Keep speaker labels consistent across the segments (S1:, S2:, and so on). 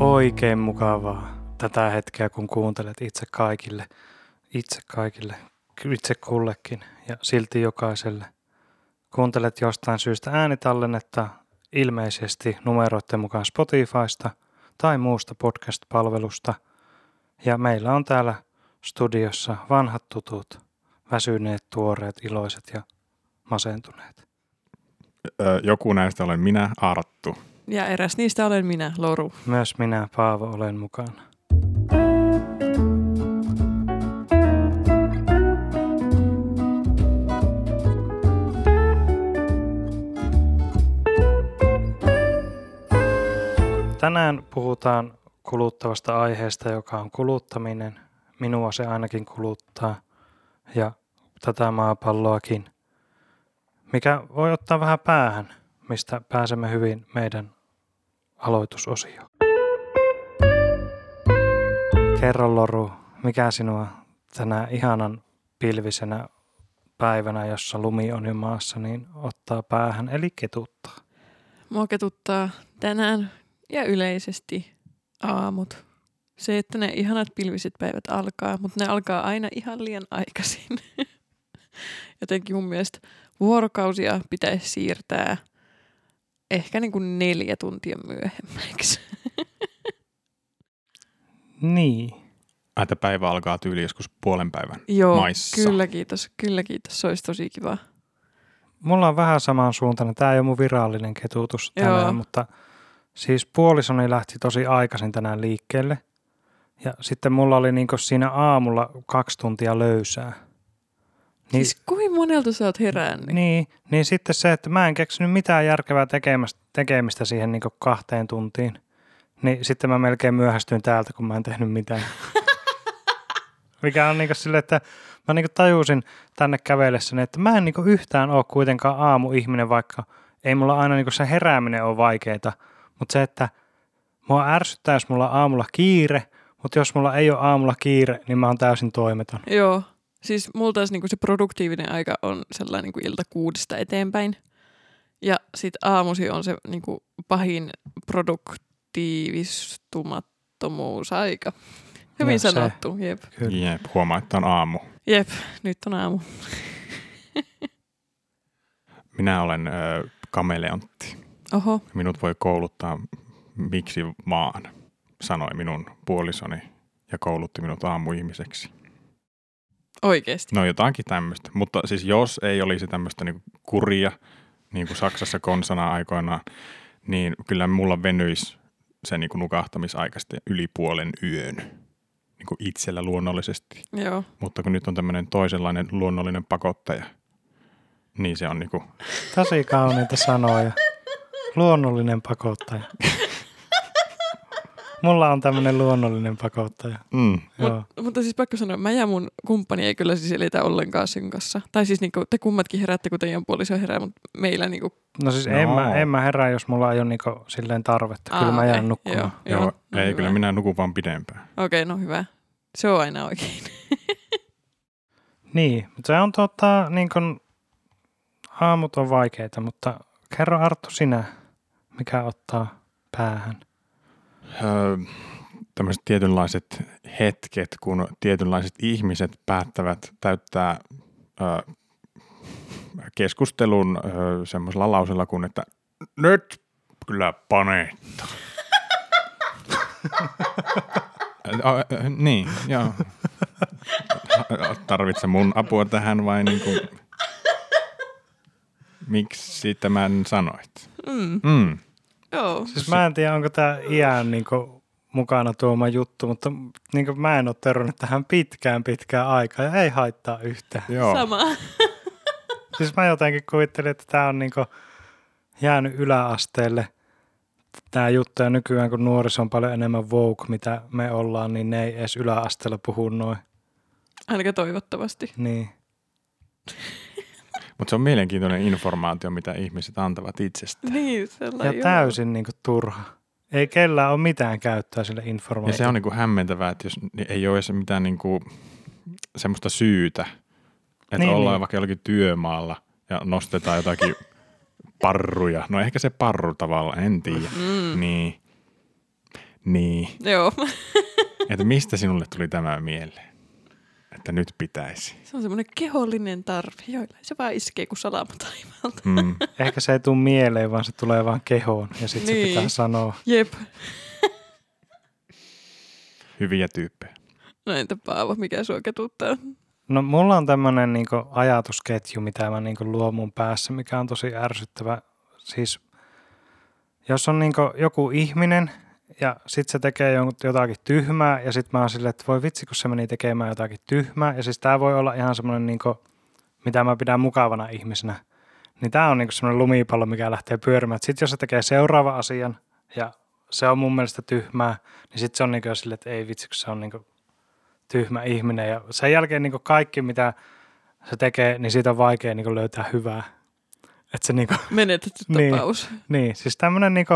S1: Oikein mukavaa tätä hetkeä, kun kuuntelet itse kaikille, itse kaikille, itse kullekin ja silti jokaiselle. Kuuntelet jostain syystä äänitallennetta, ilmeisesti numeroiden mukaan Spotifysta tai muusta podcast-palvelusta. Ja meillä on täällä studiossa vanhat tutut, väsyneet, tuoreet, iloiset ja masentuneet.
S2: Ö, Joku näistä olen minä, Arttu.
S3: Ja eräs niistä olen minä, Loru.
S1: Myös minä, Paavo, olen mukana. Tänään puhutaan kuluttavasta aiheesta, joka on kuluttaminen. Minua se ainakin kuluttaa ja tätä maapalloakin. Mikä voi ottaa vähän päähän, mistä pääsemme hyvin meidän aloitusosioon. Kerro Loru, mikä sinua tänä ihanan pilvisenä päivänä, jossa lumi on jo maassa, niin ottaa päähän eli ketuttaa.
S3: Mua ketuttaa tänään ja yleisesti aamut. Se, että ne ihanat pilviset päivät alkaa, mutta ne alkaa aina ihan liian aikaisin. Jotenkin mun mielestä vuorokausia pitäisi siirtää ehkä niin kuin neljä tuntia myöhemmäksi.
S1: Niin.
S2: Ai, Että päivä alkaa tyyli joskus puolen päivän.
S3: Joo,
S2: Maissa.
S3: kyllä kiitos, kyllä kiitos, se olisi tosi kiva.
S1: Mulla on vähän samaan suuntaan. Tämä ei ole mun virallinen ketutus
S3: Joo.
S1: tänään, mutta siis puolisoni lähti tosi aikaisin tänään liikkeelle. Ja sitten mulla oli niin siinä aamulla kaksi tuntia löysää.
S3: Niin. Siis kuin monelta sä oot herännyt?
S1: Niin, niin sitten se, että mä en keksinyt mitään järkevää tekemistä, tekemistä siihen niin kahteen tuntiin. Niin sitten mä melkein myöhästyin täältä, kun mä en tehnyt mitään. Mikä on niin sille, että mä niin tajusin tänne kävellessäni, että mä en niin yhtään ole kuitenkaan aamuihminen, vaikka ei mulla aina niin se herääminen ole vaikeeta. Mutta se, että mua ärsyttää, jos mulla on aamulla kiire, mutta jos mulla ei ole aamulla kiire, niin mä oon täysin toimeton.
S3: Joo. Siis mulla taas niinku se produktiivinen aika on sellainen niinku ilta kuudesta eteenpäin. Ja sit aamusi on se niinku pahin produktiivistumattomuusaika. Hyvin
S1: No
S3: no,
S1: se.
S3: sanottu, jep.
S1: Kyllä.
S2: Jep, huomaa, että on aamu.
S3: Jep, nyt on aamu.
S2: Minä olen ö, kameleontti.
S3: Oho,
S2: Minut voi kouluttaa miksi vaan, sanoi minun puolisoni ja koulutti minut aamuihmiseksi.
S3: oikeesti.
S2: No jotakin tämmöistä, mutta siis jos ei olisi tämmöistä niinku kuria, niin kuin Saksassa konsana aikoinaan, niin kyllä mulla venyisi se niinku nukahtamisaika sitten yli puolen yön niin kuin itsellä luonnollisesti.
S3: Joo.
S2: Mutta kun nyt on tämmöinen toisenlainen luonnollinen pakottaja, niin se on niinku,
S1: Tosi kauniita sanoja. Luonnollinen pakottaja. Mulla on tämmönen luonnollinen pakottaja.
S2: mm,
S1: Joo.
S3: Mut, mutta siis pakko sanoa, mä ja mun kumppani ei kyllä siis elitä ollenkaan synkassa. Tai siis niinku, te kummatkin heräätte, kun teidän puoliso herää, mutta meillä niinku...
S1: No siis en, mä,
S2: No.
S1: en mä herää, jos mulla ei ole niinku silleen tarvetta. Kyllä
S3: Aa, eh,
S1: mä jään
S3: okei,
S1: nukkumaan.
S2: joo, joo,
S3: no
S2: ei
S3: hyvä.
S2: kyllä, minä nukun vaan pidempään.
S3: Okei, no hyvä. Se on aina oikein.
S1: Niin, mutta se on tota, niin kun, aamut on vaikeita, mutta kerro Arttu sinä, mikä ottaa päähän.
S2: Öö, tämmöiset tietynlaiset hetket, kun tietynlaiset ihmiset päättävät täyttää öö, keskustelun öö, semmoisella lausella kuin, että nyt kyllä paneetta. Ö, ö, niin, joo. Tarvitse mun apua tähän vai niin kuin, miksi tämän sanoit?
S3: Mm.
S2: Mm.
S3: Joo.
S1: Siis mä en tiedä, onko tämä iän niinku mukana tuoma juttu, mutta niinku mä en ole törmännyt tähän pitkään pitkään aikaa ja ei haittaa yhtään.
S2: Joo.
S3: Sama.
S1: Siis mä jotenkin kuvittelin, että tämä on niinku jäänyt yläasteelle tämä juttu ja nykyään kun nuoriso on paljon enemmän woke, mitä me ollaan, niin ne ei edes yläasteella puhu noin.
S3: Ainakaan toivottavasti.
S1: Niin.
S2: Mutta se on mielenkiintoinen informaatio, mitä ihmiset antavat itsestä.
S3: Niin, sellainen.
S1: Ja täysin niinku turha. Ei kellään ole mitään käyttöä sille
S2: Ja se on
S1: informaatiolle.
S2: niinku hämmentävää, että jos ei ole edes mitään niinku semmoista syytä, että
S1: Niin,
S2: niin, ollaan
S1: niin.
S2: niin. vaikka jollakin työmaalla ja nostetaan jotakin parruja. No ehkä se parru tavallaan, en tiedä.
S3: Mm.
S2: Niin. Niin,
S3: Joo,
S2: että mistä sinulle tuli tämä mieleen? Että nyt pitäisi.
S3: se on semmoinen kehollinen tarve, joilla se vaan iskee kuin salama taivaalta.
S2: Mm.
S1: Ehkä se ei tule mieleen, vaan se tulee vaan kehoon ja sitten niin.
S3: Niin.
S1: se pitää sanoa.
S3: Jep,
S2: Hyviä tyyppejä.
S3: no entä Paavo, mikä sua ketuttaa?
S1: No mulla on tämmöinen niinku ajatusketju, mitä mä niinku luon mun päässä, mikä on tosi ärsyttävä. Siis jos on niinku joku ihminen ja sit se tekee jon- jotakin tyhmää ja sit mä oon silleen, että voi vitsi, kun se meni tekemään jotakin tyhmää. Ja siis tää voi olla ihan semmoinen, niinku, mitä mä pidän mukavana ihmisenä. Niin tää on niinku semmoinen lumipallo, mikä lähtee pyörimään. Et Sit jos se tekee seuraava asian ja se on mun mielestä tyhmää, niin sit se on niinku jo silleen, että ei vitsi, kun se on niinku tyhmä ihminen. Ja sen jälkeen niin kaikki, mitä se tekee, niin siitä on vaikea niin löytää hyvää. Et se niin, kuin,
S3: Menetetty
S1: Niin.
S3: tapaus.
S1: niin siis tämmöinen niin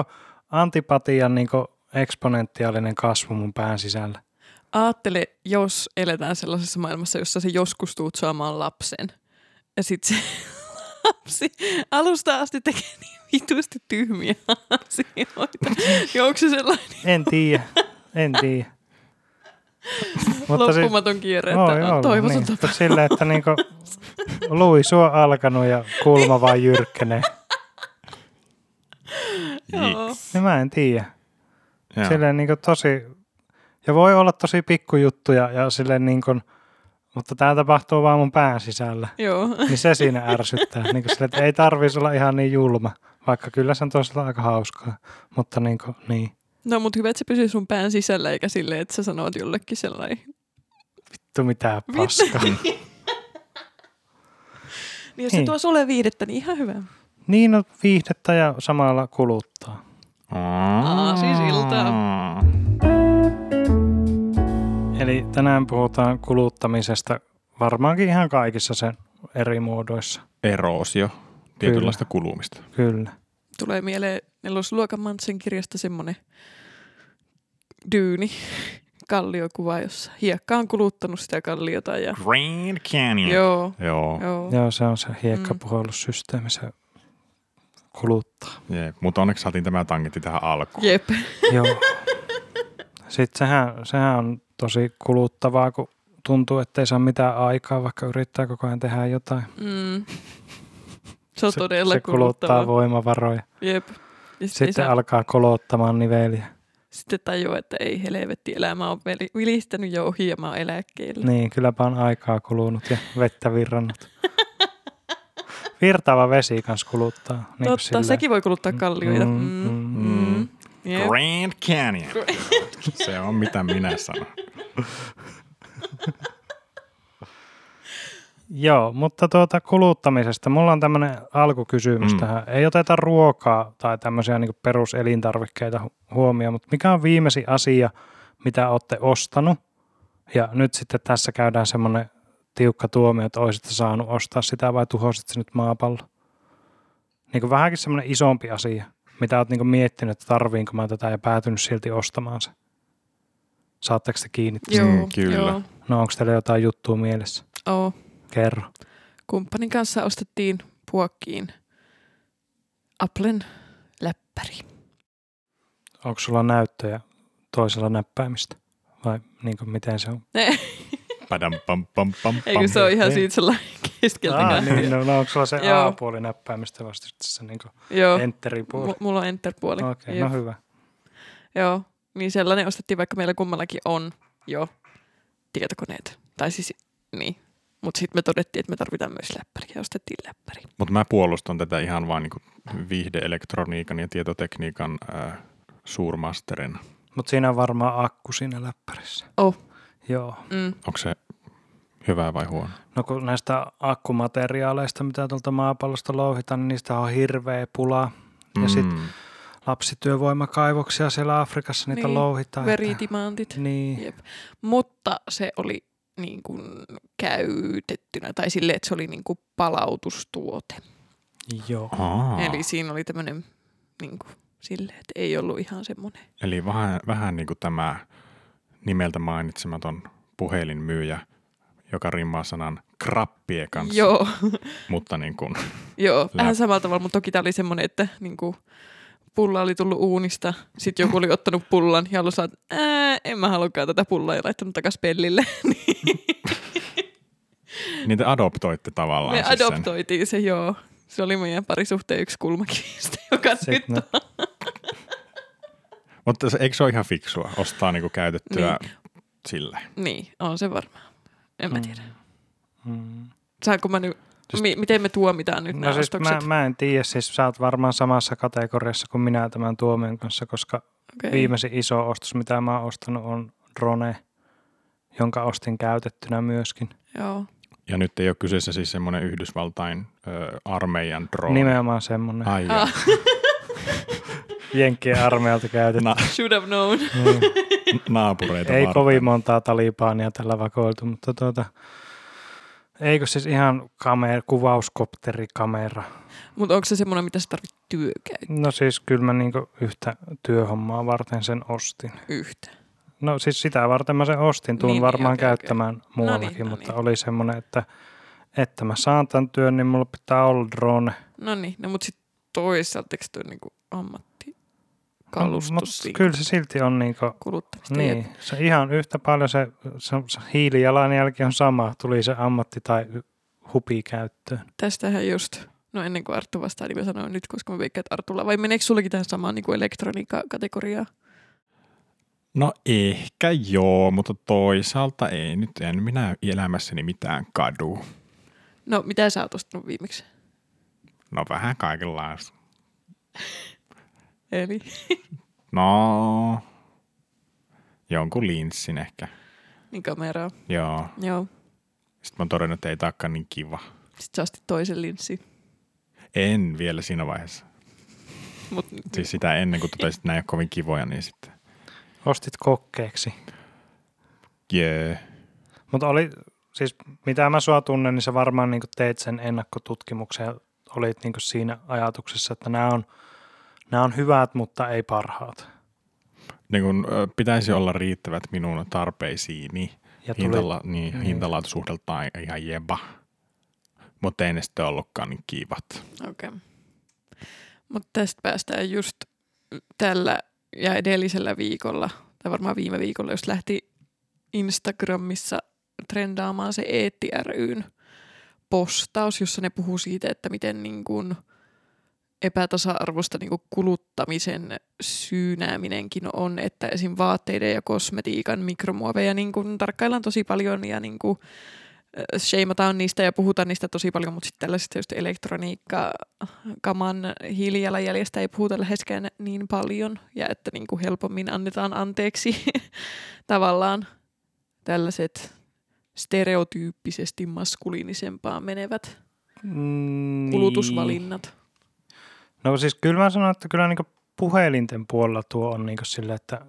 S1: antipatian niin eksponentiaalinen kasvu mun pään sisällä.
S3: Aattele, jos eletään sellaisessa maailmassa, jossa se joskus tuut saamaan lapsen. Ja sit se lapsi alusta asti tekee niin vitusti tyhmiä asioita. Ja onko se sellainen
S1: En tiedä, en tiedä.
S3: loppumaton kierre, että
S1: Oi,
S3: on
S1: ollut,
S3: toivoton
S1: niin,
S3: tapa.
S1: mutta silleen, että niin kuin, lui sua alkanut ja kulma vaan jyrkkenee.
S3: Joo.
S1: Niin mä en tiedä.
S2: Joo.
S1: Silleen niin kuin tosi, ja voi olla tosi pikkujuttuja, ja silleen niin kuin, mutta tämä tapahtuu vaan mun pään sisällä.
S3: Joo.
S1: Niin se siinä ärsyttää. niin kuin sille, että ei tarvitsisi olla ihan niin julma, vaikka kyllä se on toisaalta aika hauskaa. Mutta niin, kuin, niin.
S3: No mut hyvä, että se pysyy sun pään sisällä, eikä silleen, että sä sanot jollekin sellainen.
S1: vittu mitä
S3: Vittu.
S1: paskaa.
S3: Niin jos se
S1: Niin.
S3: tuo sulle viihdettä, niin ihan hyvä.
S1: niin on viihdettä ja samalla kuluttaa.
S2: Aa,
S3: siis iltaa.
S1: Eli tänään puhutaan kuluttamisesta varmaankin ihan kaikissa sen eri muodoissa.
S2: Eroosio, tietynlaista kulumista.
S1: Kyllä.
S3: Tulee mieleen nelosluokan Mantsen kirjasta semmonen dyyni kalliokuva, jossa hiekka on kuluttanut sitä kalliota. Ja...
S2: Grand Canyon.
S3: Joo.
S2: Joo.
S3: Joo.
S1: Joo, se on se hiekkapuhallussysteemi, se kuluttaa.
S2: Jep. Mutta onneksi saatiin tämä tangentti tähän alkuun.
S3: Jep.
S1: Joo. Sitten sehän, sehän on tosi kuluttavaa, kun tuntuu, että ei saa mitään aikaa, vaikka yrittää koko ajan tehdä jotain.
S3: Mm. Se on
S1: se,
S3: todella
S1: se kuluttaa
S3: kuluttava. Siis
S1: voimavaroja.
S3: Jep. Ja sitten,
S1: Sitten
S3: sitten, al-
S1: alkaa kolottamaan niveliä.
S3: sitten tajuu, että ei helvetti, elämä on veli- vilistänyt jo ohi ja mä oon eläkkeellä.
S1: Niin, kylläpä on aikaa kulunut ja vettä virrannut. Virtaava vesi kanssa kuluttaa. Niin kuin
S3: Totta,
S1: silleen.
S3: sekin voi kuluttaa kallioita.
S1: Mm,
S3: Mm, mm,
S2: mm.
S3: mm. Jep.
S2: Grand Canyon. Se on mitä minä sanon.
S1: Joo, mutta tuota kuluttamisesta. Mulla on tämmöinen alkukysymys
S2: Mm.
S1: mm. tähän. Ei oteta ruokaa tai tämmöisiä niin peruselintarvikkeita hu- huomioon, mutta mikä on viimeisin asia, mitä olette ostanut? Ja nyt sitten tässä käydään semmoinen tiukka tuomio, että olisitte saanut ostaa sitä vai tuhosit se nyt maapallo? Niin kuin vähänkin semmoinen isompi asia, mitä oot niin kuin miettinyt, että tarviinko mä tätä ja päätynyt silti ostamaan se. Saatteko te kiinni? tästä?
S3: Joo,
S2: Mm, kyllä.
S3: Joo.
S1: No onko teillä jotain juttua mielessä?
S3: Oh.
S1: Kerro.
S3: Kumppanin kanssa ostettiin puokkiin Applen läppäri.
S1: onko sulla näyttöjä toisella näppäimistä? Vai niin kuin miten se on?
S2: Padam pam pam pam pam.
S3: Eikö se ole ihan
S1: Niin.
S3: siitä sellainen keskeltä
S1: Aa,
S3: kahtia?
S1: niin, no, no, onko sulla se
S3: Joo.
S1: A-puoli näppäimistä vasta sitten se niin
S3: Joo.
S1: enterin puoli?
S3: M- mulla on enterpuoli.
S1: Okei, okay,
S3: Jep.
S1: no hyvä.
S3: Joo, niin sellainen ostettiin, vaikka meillä kummallakin on jo tietokoneet. Tai siis, niin. Mutta sitten me todettiin, että me tarvitaan myös läppäri ja ostettiin läppäri.
S2: Mutta mä puolustan tätä ihan vaan niinku viihdeelektroniikan ja tietotekniikan äh, suurmasterina.
S1: Mutta siinä on varmaan akku siinä läppärissä.
S3: Oh.
S1: Joo.
S3: Mm.
S2: Onko se hyvää vai huono?
S1: No kun näistä akkumateriaaleista, mitä tuolta maapallosta louhitaan, niin niistä on hirveä pula. Ja sit
S2: Mm.
S1: lapsityövoimakaivoksia siellä Afrikassa niitä
S3: Niin,
S1: louhitaan. että-
S3: Veritimantit.
S1: Niin,
S3: Jep. Mutta se oli niin kuin käytettynä, tai silleen, että se oli niin kuin palautustuote.
S1: joo.
S2: Aa,
S3: Eli siinä oli tämmöinen niin kuin, silleen, että ei ollut ihan semmoinen.
S2: Eli vähän, vähän niin kuin tämä nimeltä mainitsematon puhelinmyyjä, joka rimmaa sanan krappie kanssa,
S3: Joo,
S2: mutta niin kuin,
S3: joo
S2: Läp-
S3: vähän samalla tavalla, mutta toki tämä oli semmoinen, että niin kuin, pulla oli tullut uunista, sitten joku oli ottanut pullan ja ollut saa, että "Ää, en mä halukaan tätä pullaa ja laittanut takas pellille.
S2: Niitä Niin adoptoitte tavallaan
S3: Me
S2: siis sen.
S3: adoptoitiin se, joo. Se oli meidän parisuhteen yksi kulmakivistä, joka nyt
S1: Sitten ne-
S2: Mutta se, eikö se ole ihan fiksua ostaa niinku käytettyä sillä?
S3: Niin, on se varmaan. En
S1: No.
S3: mä tiedä.
S1: Mm.
S3: Saanko mä nyt,
S2: Siis-
S3: mi- miten me tuomitaan nyt no nämä
S1: No siis
S3: siis ostokset?
S1: mä, mä en tiedä, siis sä oot varmaan samassa kategoriassa kuin minä tämän tuomion kanssa, koska
S3: Okei.
S1: viimeisin iso ostos, mitä mä oon ostanut, on drone, jonka ostin käytettynä myöskin.
S3: Joo.
S2: Ja nyt ei ole kyseessä siis semmoinen Yhdysvaltain ö, armeijan drone.
S1: Nimenomaan semmoinen
S2: Ai joo.
S3: Ah.
S1: jenkkien armeijalta käytetty.
S2: Na-
S3: Should have known.
S1: Niin.
S2: naapureita
S1: Ei
S2: varten.
S1: kovin montaa talibaania tällä vakoiltu, mutta tuota, eikö siis ihan kamera, kuvauskopterikamera?
S3: Mutta onko se semmoinen, mitä sä tarvit työkäyttöön
S1: No siis kyllä mä niinku yhtä työhommaa varten sen ostin.
S3: yhtä?
S1: No siis sitä varten mä sen ostin, tuun
S3: Niin,
S1: niin,
S3: niin,
S1: varmaan
S3: okei,
S1: käyttämään muuallakin,
S3: no niin.
S1: mutta oli semmoinen, että että mä saan tämän työn, niin mulla pitää olla drone.
S3: No niin, no, mutta sitten toisaalta eikö toi niinku ammatti
S1: Mut
S3: kalustus no,
S1: No, kyllä se silti on niinku,
S3: kuluttamista? Jep.
S1: niin, se ihan yhtä paljon se, se, se hiilijalanjälki on sama, tuli se ammatti tai hupi käyttöön.
S3: Tästähän just, no ennen kuin Arttu vastaa, niin mä sanoin nyt, koska mä veikkaan, että Artulla, vai meneekö sullekin tähän samaan niin elektroniikka-kategoriaan?
S2: No ehkä joo, mutta toisaalta ei nyt. En minä elämässäni mitään kadu.
S3: No, mitä sä oot ostanut viimeksi?
S2: No vähän kaikenlaista.
S3: Eli
S2: No, jonkun linssin ehkä.
S3: niin kameraa.
S2: Joo.
S3: Joo.
S2: Sitten mä oon todennut, että ei taakka niin kiva.
S3: Sitten sä ostit toisen linssin.
S2: En vielä siinä vaiheessa.
S3: Mut nyt,
S2: Siis sitä ennen kuin totesit, että nämä ei ole kovin kivoja, niin sitten
S1: Ostit kokkeeksi.
S2: jee.
S1: Mutta oli, siis mitä mä sua tunnen, niin sä varmaan niin teit sen ennakkotutkimuksen ja olit niin siinä ajatuksessa, että nämä on, nämä on hyvät, mutta ei parhaat.
S2: Niin kun, ö, pitäisi olla riittävät minun tarpeisiini.
S1: Ja tuli,
S2: Hintala, niin,
S1: Niin.
S2: hintalaatusuhdeltaan ihan jeba. Mutta ei ne sitten ollutkaan niin kivat.
S3: Okei. Mutta tästä päästään just tällä ja edellisellä viikolla, tai varmaan viime viikolla, jos lähti Instagramissa trendaamaan se Eetti ryn postaus, jossa ne puhuu siitä, että miten niin kun epätasa-arvosta niin kun kuluttamisen syynääminenkin on, että esim. vaatteiden ja kosmetiikan mikromuoveja niin kun tarkkaillaan tosi paljon ja niin kun äh, sheimataan niistä ja puhutaan niistä tosi paljon, mutta sitten tällaisista just elektroniikkakaman hiilijalanjäljestä ei puhuta läheskään niin paljon ja että niin kuin helpommin annetaan anteeksi tavallaan tällaiset stereotyyppisesti maskuliinisempaan menevät
S1: mm,
S3: kulutusvalinnat.
S1: No siis kyllä mä sanon, että kyllä niin puhelinten puolella tuo on niin sille, että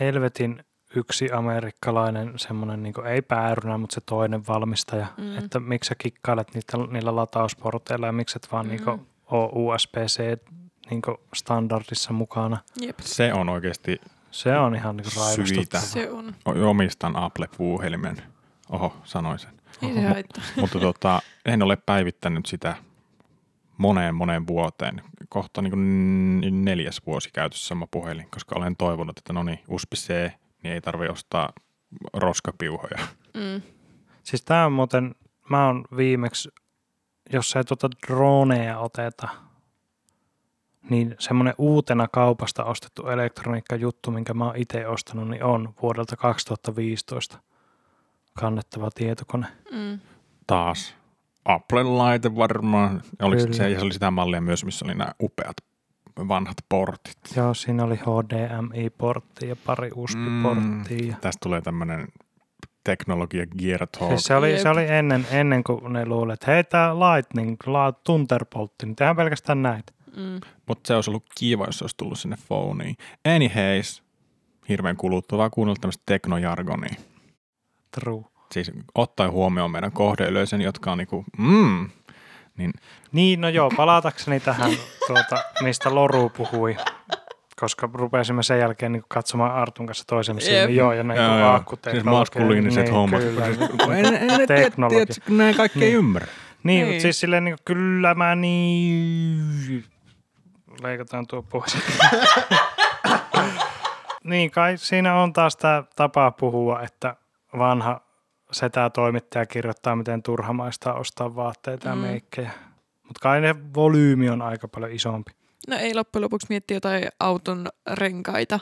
S1: helvetin yksi amerikkalainen semmoinen, niin ei päärynä, mutta se toinen valmistaja,
S3: Mm.
S1: mm. että miksi sä kikkailet niitä, niillä latausporteilla ja miksi et vaan mm. niin
S3: Mm.
S1: ole USB-C niin standardissa mukana.
S3: Jep,
S2: Se on oikeasti,
S1: Se on ihan niin
S2: Syitä.
S1: raivostuttava.
S3: se on.
S2: o- omistan Apple-puuhelimen. Oho, sanoin sen.
S3: Ei se haittaa.
S2: Mutta tota, en ole päivittänyt sitä moneen moneen vuoteen. Kohta niin neljäs vuosi käytössä sama puhelin, koska olen toivonut, että no niin, USB C, niin ei tarvi ostaa roskapiuhoja.
S3: Mm.
S1: Siis tää on muuten, mä oon viimeksi, jos ei tuota dronea oteta, niin semmoinen uutena kaupasta ostettu elektroniikkajuttu, minkä mä oon itse ostanut, niin on vuodelta 2015 kannettava tietokone.
S3: Mm.
S2: Taas Applen laite varmaan. Ja, oliko
S1: Kyllä.
S2: se, ja se oli sitä mallia myös, missä oli nämä upeat vanhat portit.
S1: Joo, siinä oli HDMI-portti ja pari USB-porttia. Mm.
S2: Tästä tulee tämmöinen teknologia gear talk.
S1: Siis se, oli,
S3: Jep.
S1: se oli ennen, ennen kuin ne luulivat, että hei tää Lightning, la, Thunderboltti, niin tehdään pelkästään näitä.
S3: Mm.
S2: Mutta se olisi ollut kiva, jos se olisi tullut sinne phoneen. Anyways, hirveän kuluttavaa kuunnella tämmöistä teknojargonia.
S1: True.
S2: Siis ottaen huomioon meidän kohdeyleisön, jotka on niinku, mm,
S1: Niin, no joo, palatakseni tähän, tuota, mistä Loru puhui, koska rupesimme sen jälkeen niin katsomaan Artun kanssa toisemme
S3: Jep.
S1: silmiin. Joo, ja niinku näin
S2: Joo,
S1: kuin
S2: joo.
S1: akkuteet.
S2: Siis maskuliiniset hommat.
S1: Niin,
S2: Siis
S1: Kyllä.
S2: en, en,
S1: Teknologia.
S2: nämä kaikki ei ymmärrä.
S1: Niin,
S3: Niin.
S1: mutta siis silleen niin kuin, kyllä mä niin leikataan tuo pois. niin kai siinä on taas tämä tapa puhua, että vanha setä toimittaja kirjoittaa, miten turhamaista on ostaa vaatteita ja
S3: Mm.
S1: meikkejä. Mutta kai ne volyymi on aika paljon isompi.
S3: No ei loppujen lopuksi mietti jotain auton renkaita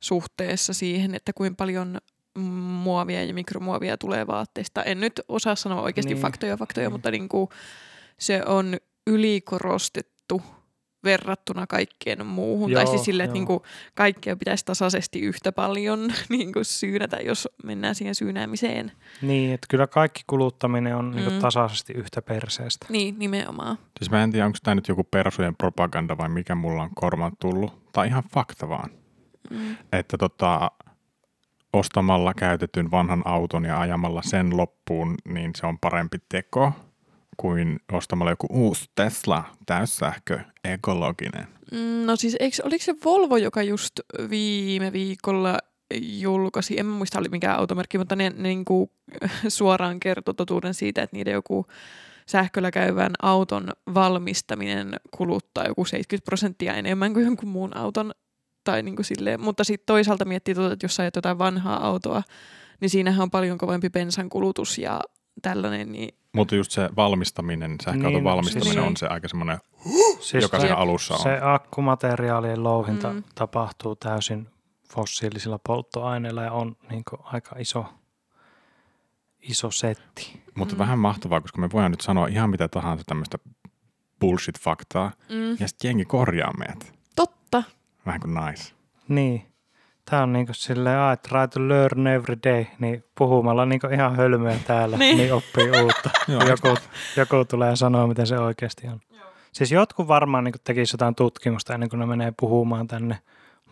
S3: suhteessa siihen, että kuinka paljon mm, muovia ja mikromuovia tulee vaatteista. En nyt osaa sanoa oikeasti
S1: Niin.
S3: niin. faktoja faktoja,
S1: Niin.
S3: niin. mutta niin kuin se on ylikorostettu verrattuna kaikkeen muuhun. Joo, tai
S1: Joo,
S3: siis silleen, että
S1: joo.
S3: niin kuin kaikkea pitäisi tasaisesti yhtä paljon niin kuin syynätä, jos mennään siihen syynäämiseen.
S1: Niin, että kyllä kaikki kuluttaminen on niinku
S3: Mm.
S1: tasaisesti yhtä perseestä.
S3: Niin, nimenomaan.
S2: Siis mä en tiedä, onko tämä nyt joku persujen propaganda vai mikä mulla on kormaan tullut. Tai ihan fakta vaan.
S3: Mm.
S2: Että tota, ostamalla käytetyn vanhan auton ja ajamalla sen loppuun, niin se on parempi teko kuin ostamalla joku uusi Tesla, täyssähkö, ekologinen.
S3: Mm, No siis eikö, oliko se Volvo, joka just viime viikolla julkaisi, en muista oli mikään automerkki, mutta ne, ne niin kuin suoraan kertoi totuuden siitä, että niiden joku sähköllä käyvän auton valmistaminen kuluttaa joku 70 prosenttia enemmän kuin jonkun muun auton. Tai niin kuin silleen. Mutta sitten toisaalta miettii, tuota, että jos sä ajat jotain vanhaa autoa, niin siinähän on paljon kovempi bensan kulutus ja tällainen. Niin,
S2: Mutta just se valmistaminen, sähköauton
S1: Niin,
S2: niin,
S1: no,
S2: valmistaminen
S3: siis-
S2: on se aika semmoinen,
S1: Siis
S2: joka
S1: se-
S2: siinä alussa on.
S1: Se akkumateriaalien louhinta mm.
S3: Mm.
S1: tapahtuu täysin fossiilisilla polttoaineilla ja on niin kuin aika iso, iso setti.
S2: Mutta
S3: Mm.
S2: vähän mahtavaa, koska me voidaan nyt sanoa ihan mitä tahansa tämmöistä bullshit-faktaa,
S3: mm,
S2: ja sitten jengi korjaa meidät.
S3: totta.
S2: Vähän kuin nais.
S1: Niin. Tämä on niin kuin silleen, ah, try to learn every day, niin puhumalla niin kuin ihan hölmöä täällä, niin.
S3: Niin.
S1: niin oppii uutta.
S2: Joo,
S1: Kun joku, joku tulee sanoa, miten se oikeasti on. Siis jotkut varmaan niin tekisivät jotain tutkimusta ennen kuin ne menee puhumaan tänne,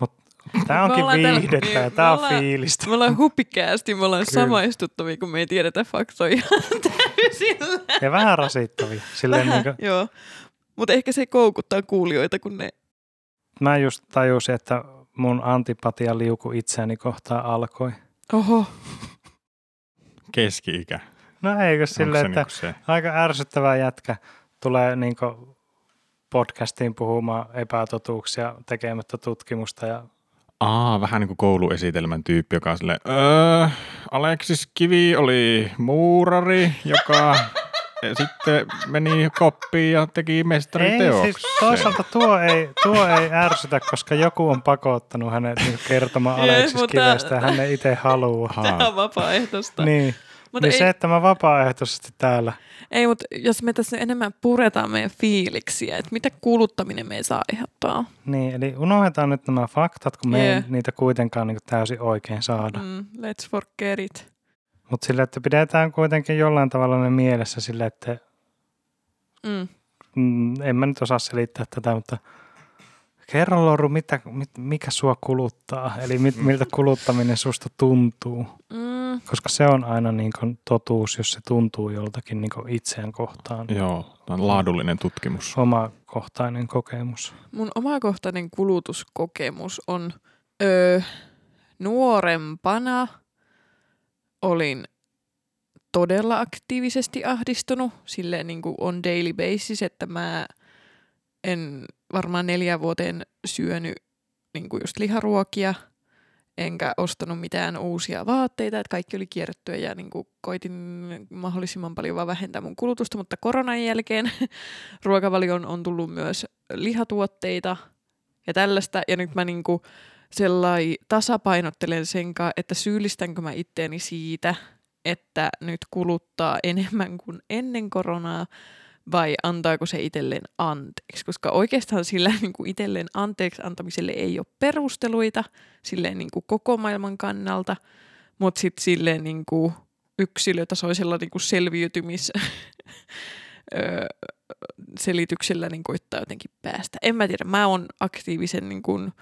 S1: mutta tämä
S3: Me
S1: onkin
S3: ollaan täällä- Niin,
S1: viihdettä ja
S3: me-
S1: tämä on
S3: me ollaan-
S1: fiilistä.
S3: Me ollaan hupikäästi, me ollaan
S1: Kyllä.
S3: Kyllä. samaistuttavia, kun me ei tiedetä faktoja täysillä.
S1: Ja vähän rasittavia. Silleen niin kuin,
S3: Joo. Mutta ehkä se koukuttaa kuulijoita, kun ne...
S1: mä just tajusin, että mun antipatia liuku itseäni kohtaan alkoi.
S3: Oho.
S2: Keski-ikä.
S1: No eikö
S2: Sille,
S1: silleen,
S2: Onko se, niinku-
S1: että
S2: että... se?
S1: aika ärsyttävä jätkä tulee niin podcastiin puhumaan epätotuuksia tekemättä tutkimusta. Ja,
S2: Aa, vähän niin kuin kouluesitelmän tyyppi, joka on silleen, öö, Aleksis Kivi oli muurari, joka sitten meni koppiin ja teki
S1: ei,
S2: mestariteoksen.
S1: siis toisaalta tuo ei, tuo ei ärsytä, koska joku on pakottanut hänet niin kertomaan
S3: Jees,
S1: Aleksis
S3: mutta-
S1: Kivestä ja hän ei itse halua.
S3: Tämä on vapaaehtoista.
S1: Niin,
S3: mutta
S1: niin
S3: ei,
S1: se, että mä vapaaehtoisesti täällä
S3: ei, mutta jos me tässä enemmän puretaan meidän fiiliksiä, että mitä kuluttaminen me saa aiheuttaa.
S1: Niin, eli unohdetaan nyt nämä faktat, kun me yeah. ei
S3: Jee.
S1: niitä kuitenkaan niin täysin oikein saada. Mm.
S3: Mm, let's forget it.
S1: Mutta sillä, että pidetään kuitenkin jollain tavalla ne mielessä sillä, että
S3: Mm.
S1: mm, en mä nyt osaa selittää tätä, mutta kerro Loru, mitä, mit, mikä sua kuluttaa, eli mit, miltä kuluttaminen susta tuntuu,
S3: Mm.
S1: koska se on aina niin kuin totuus, jos se tuntuu joltakin niin kuin itseään kohtaan,
S2: Joo, tämä on laadullinen tutkimus.
S1: omakohtainen kokemus.
S3: Mun omakohtainen kulutuskokemus on öö, nuorempana olin todella aktiivisesti ahdistunut silleen niin kuin on daily basis, että mä en varmaan neljä vuoteen syönyt niin kuin just liharuokia, enkä ostanut mitään uusia vaatteita, että kaikki oli kierrettyä ja niin kuin koitin mahdollisimman paljon vaan vähentää mun kulutusta, mutta koronan jälkeen ruokavalion on tullut myös lihatuotteita ja tällaista. Ja nyt mä niinku sellai tasapainottelen sen kanssa, että syyllistänkö mä itteeni siitä, että nyt kuluttaa enemmän kuin ennen koronaa vai antaako se itselleen anteeksi, koska oikeastaan sillä niin kuin itselleen anteeksi antamiselle ei ole perusteluita silleen niin kuin koko maailman kannalta, mutta sitten silleen niin kuin yksilötasoisella niin kuin selviytymis öö, selityksellä niin koittaa jotenkin päästä. En mä tiedä, mä oon aktiivisen niin kuin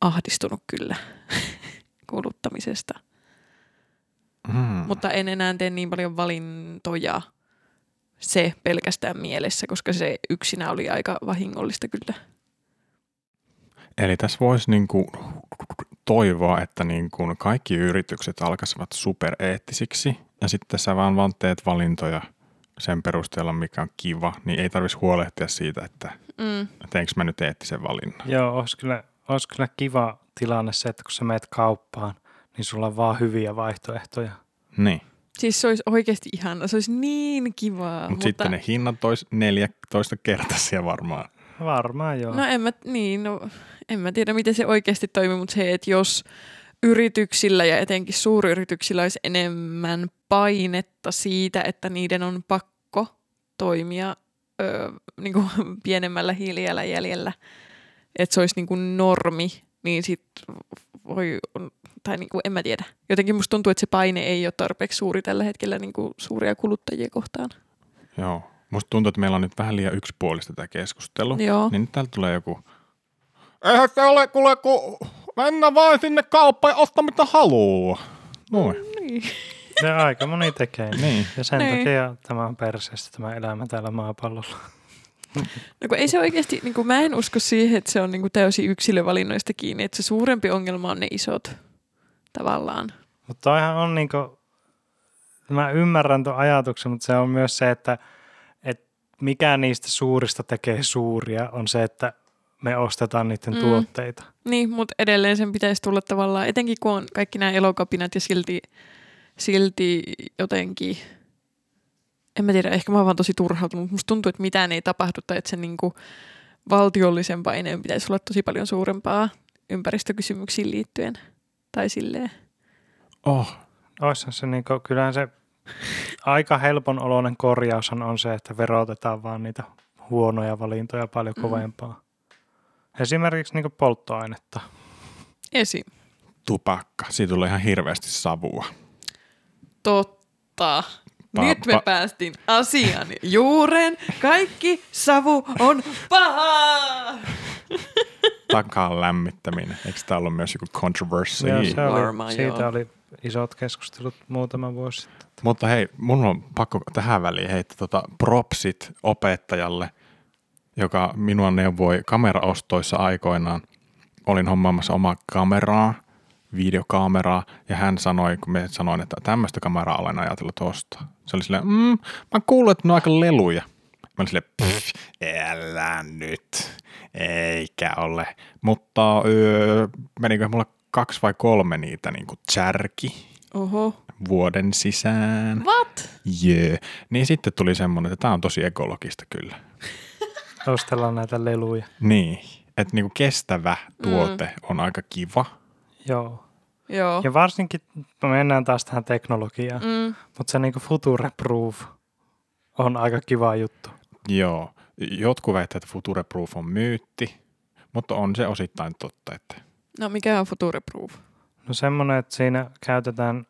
S3: ahdistunut kyllä kuluttamisesta,
S1: Hmm.
S2: Mm.
S3: mutta en enää tee niin paljon valintoja se pelkästään mielessä, koska se yksinä oli aika vahingollista kyllä.
S2: Eli tässä voisi niin kuin toivoa, että niin kuin kaikki yritykset alkaisivat supereettisiksi ja sitten sä vaan, vaan teet valintoja sen perusteella, mikä on kiva, niin ei tarvitsisi huolehtia siitä, että
S3: Mm.
S2: Teenkö mä nyt eettisen valinnan?
S1: Joo, olisi kyllä, olisi kyllä kiva tilanne se, että kun sä meet kauppaan, niin sulla on vaan hyviä vaihtoehtoja.
S2: Niin.
S3: Siis se olisi oikeasti ihana. Se olisi niin kivaa.
S2: Mut mutta sitten ne hinnat olisi 14 kertaisia varmaan.
S1: Varmaan joo.
S3: No en mä, niin, no, en mä tiedä, miten se oikeasti toimii, mutta se, että jos yrityksillä ja etenkin suuryrityksillä olisi enemmän painetta siitä, että niiden on pakko toimia ö, niin kuin pienemmällä hiilijalanjäljellä, että se olisi niin kuin normi, niin sitten voi, tai niin kuin, en mä tiedä. Jotenkin musta tuntuu, että se paine ei ole tarpeeksi suuri tällä hetkellä niin kuin suuria kuluttajia kohtaan.
S2: Joo. Musta tuntuu, että meillä on nyt vähän liian yksipuolista tämä keskustelu.
S3: Joo.
S2: Niin nyt täältä tulee joku... Eihän se ole kuule, kun mennä vaan sinne kauppaan ja osta mitä haluaa. Noin.
S3: Niin.
S1: Ja aika moni tekee. niin.
S2: Niin.
S1: Ja sen
S3: Niin.
S1: takia tämä on perseestä tämä elämä täällä maapallolla.
S3: No kun ei se oikeasti, niin kuin mä en usko siihen, että se on niin kuin täysin yksilövalinnoista kiinni, että se suurempi ongelma on ne isot tavallaan.
S1: Mutta toihan on niinku, mä ymmärrän tuon ajatuksen, mutta se on myös se, että et mikä niistä suurista tekee suuria, on se, että me ostetaan niiden
S3: Mm.
S1: mm. tuotteita.
S3: Niin, mutta edelleen sen pitäisi tulla tavallaan, etenkin kun on kaikki nämä elokapinat ja silti, silti jotenkin, en mä tiedä, ehkä mä oon vaan tosi turhautunut, mutta musta tuntuu, että mitään ei tapahdu tai että se niin kuin valtiollisen paineen pitäisi olla tosi paljon suurempaa ympäristökysymyksiin liittyen. Tai silleen.
S2: Oh.
S1: Oishan se niinku, kyllähän se aika helpon oloinen korjaushan on se, että verotetaan vaan niitä huonoja valintoja paljon
S3: Mm.
S1: kovempaa. Esimerkiksi niinku polttoainetta.
S3: Esi.
S2: Tupakka. Siitä tulee ihan hirveästi savua.
S3: Totta.
S2: Pa-
S3: Nyt me
S2: pa-
S3: päästiin asian juureen. Kaikki savu on pahaa.
S2: Takaan lämmittäminen. Eikö tämä ollut myös joku controversy?
S1: Joo, se oli,
S3: Varmaan
S1: siitä
S3: joo.
S1: oli isot keskustelut muutama vuosi sitten.
S2: Mutta hei, mun on pakko tähän väliin heittää tota propsit opettajalle, joka minua neuvoi kameraostoissa aikoinaan. Olin hommaamassa omaa kameraa, videokameraa, ja hän sanoi, kun me sanoin, että tämmöistä kameraa olen ajatellut ostaa. Se oli silleen, mm, mä kuulin, että ne on aika leluja. Mä olin silleen, pff, älä nyt, eikä ole. Mutta öö, menikö mulla kaksi vai kolme niitä niin kuin tsärki
S3: Oho.
S2: vuoden sisään?
S3: What?
S2: Jee. Yeah. Niin sitten tuli semmoinen, että tämä on tosi ekologista kyllä.
S1: Ostellaan näitä leluja.
S2: Niin. Että niinku kestävä tuote mm. on aika kiva.
S1: Joo.
S3: Joo.
S1: Ja varsinkin, me mennään taas tähän teknologiaan, mm.
S3: Oh. Mm.
S1: mutta se niinku future proof on aika kiva juttu.
S2: Joo. Jotkut väittävät, että Future Proof on myytti, mutta on se osittain totta, että
S3: No mikä on Future Proof?
S1: No semmoinen, että siinä käytetään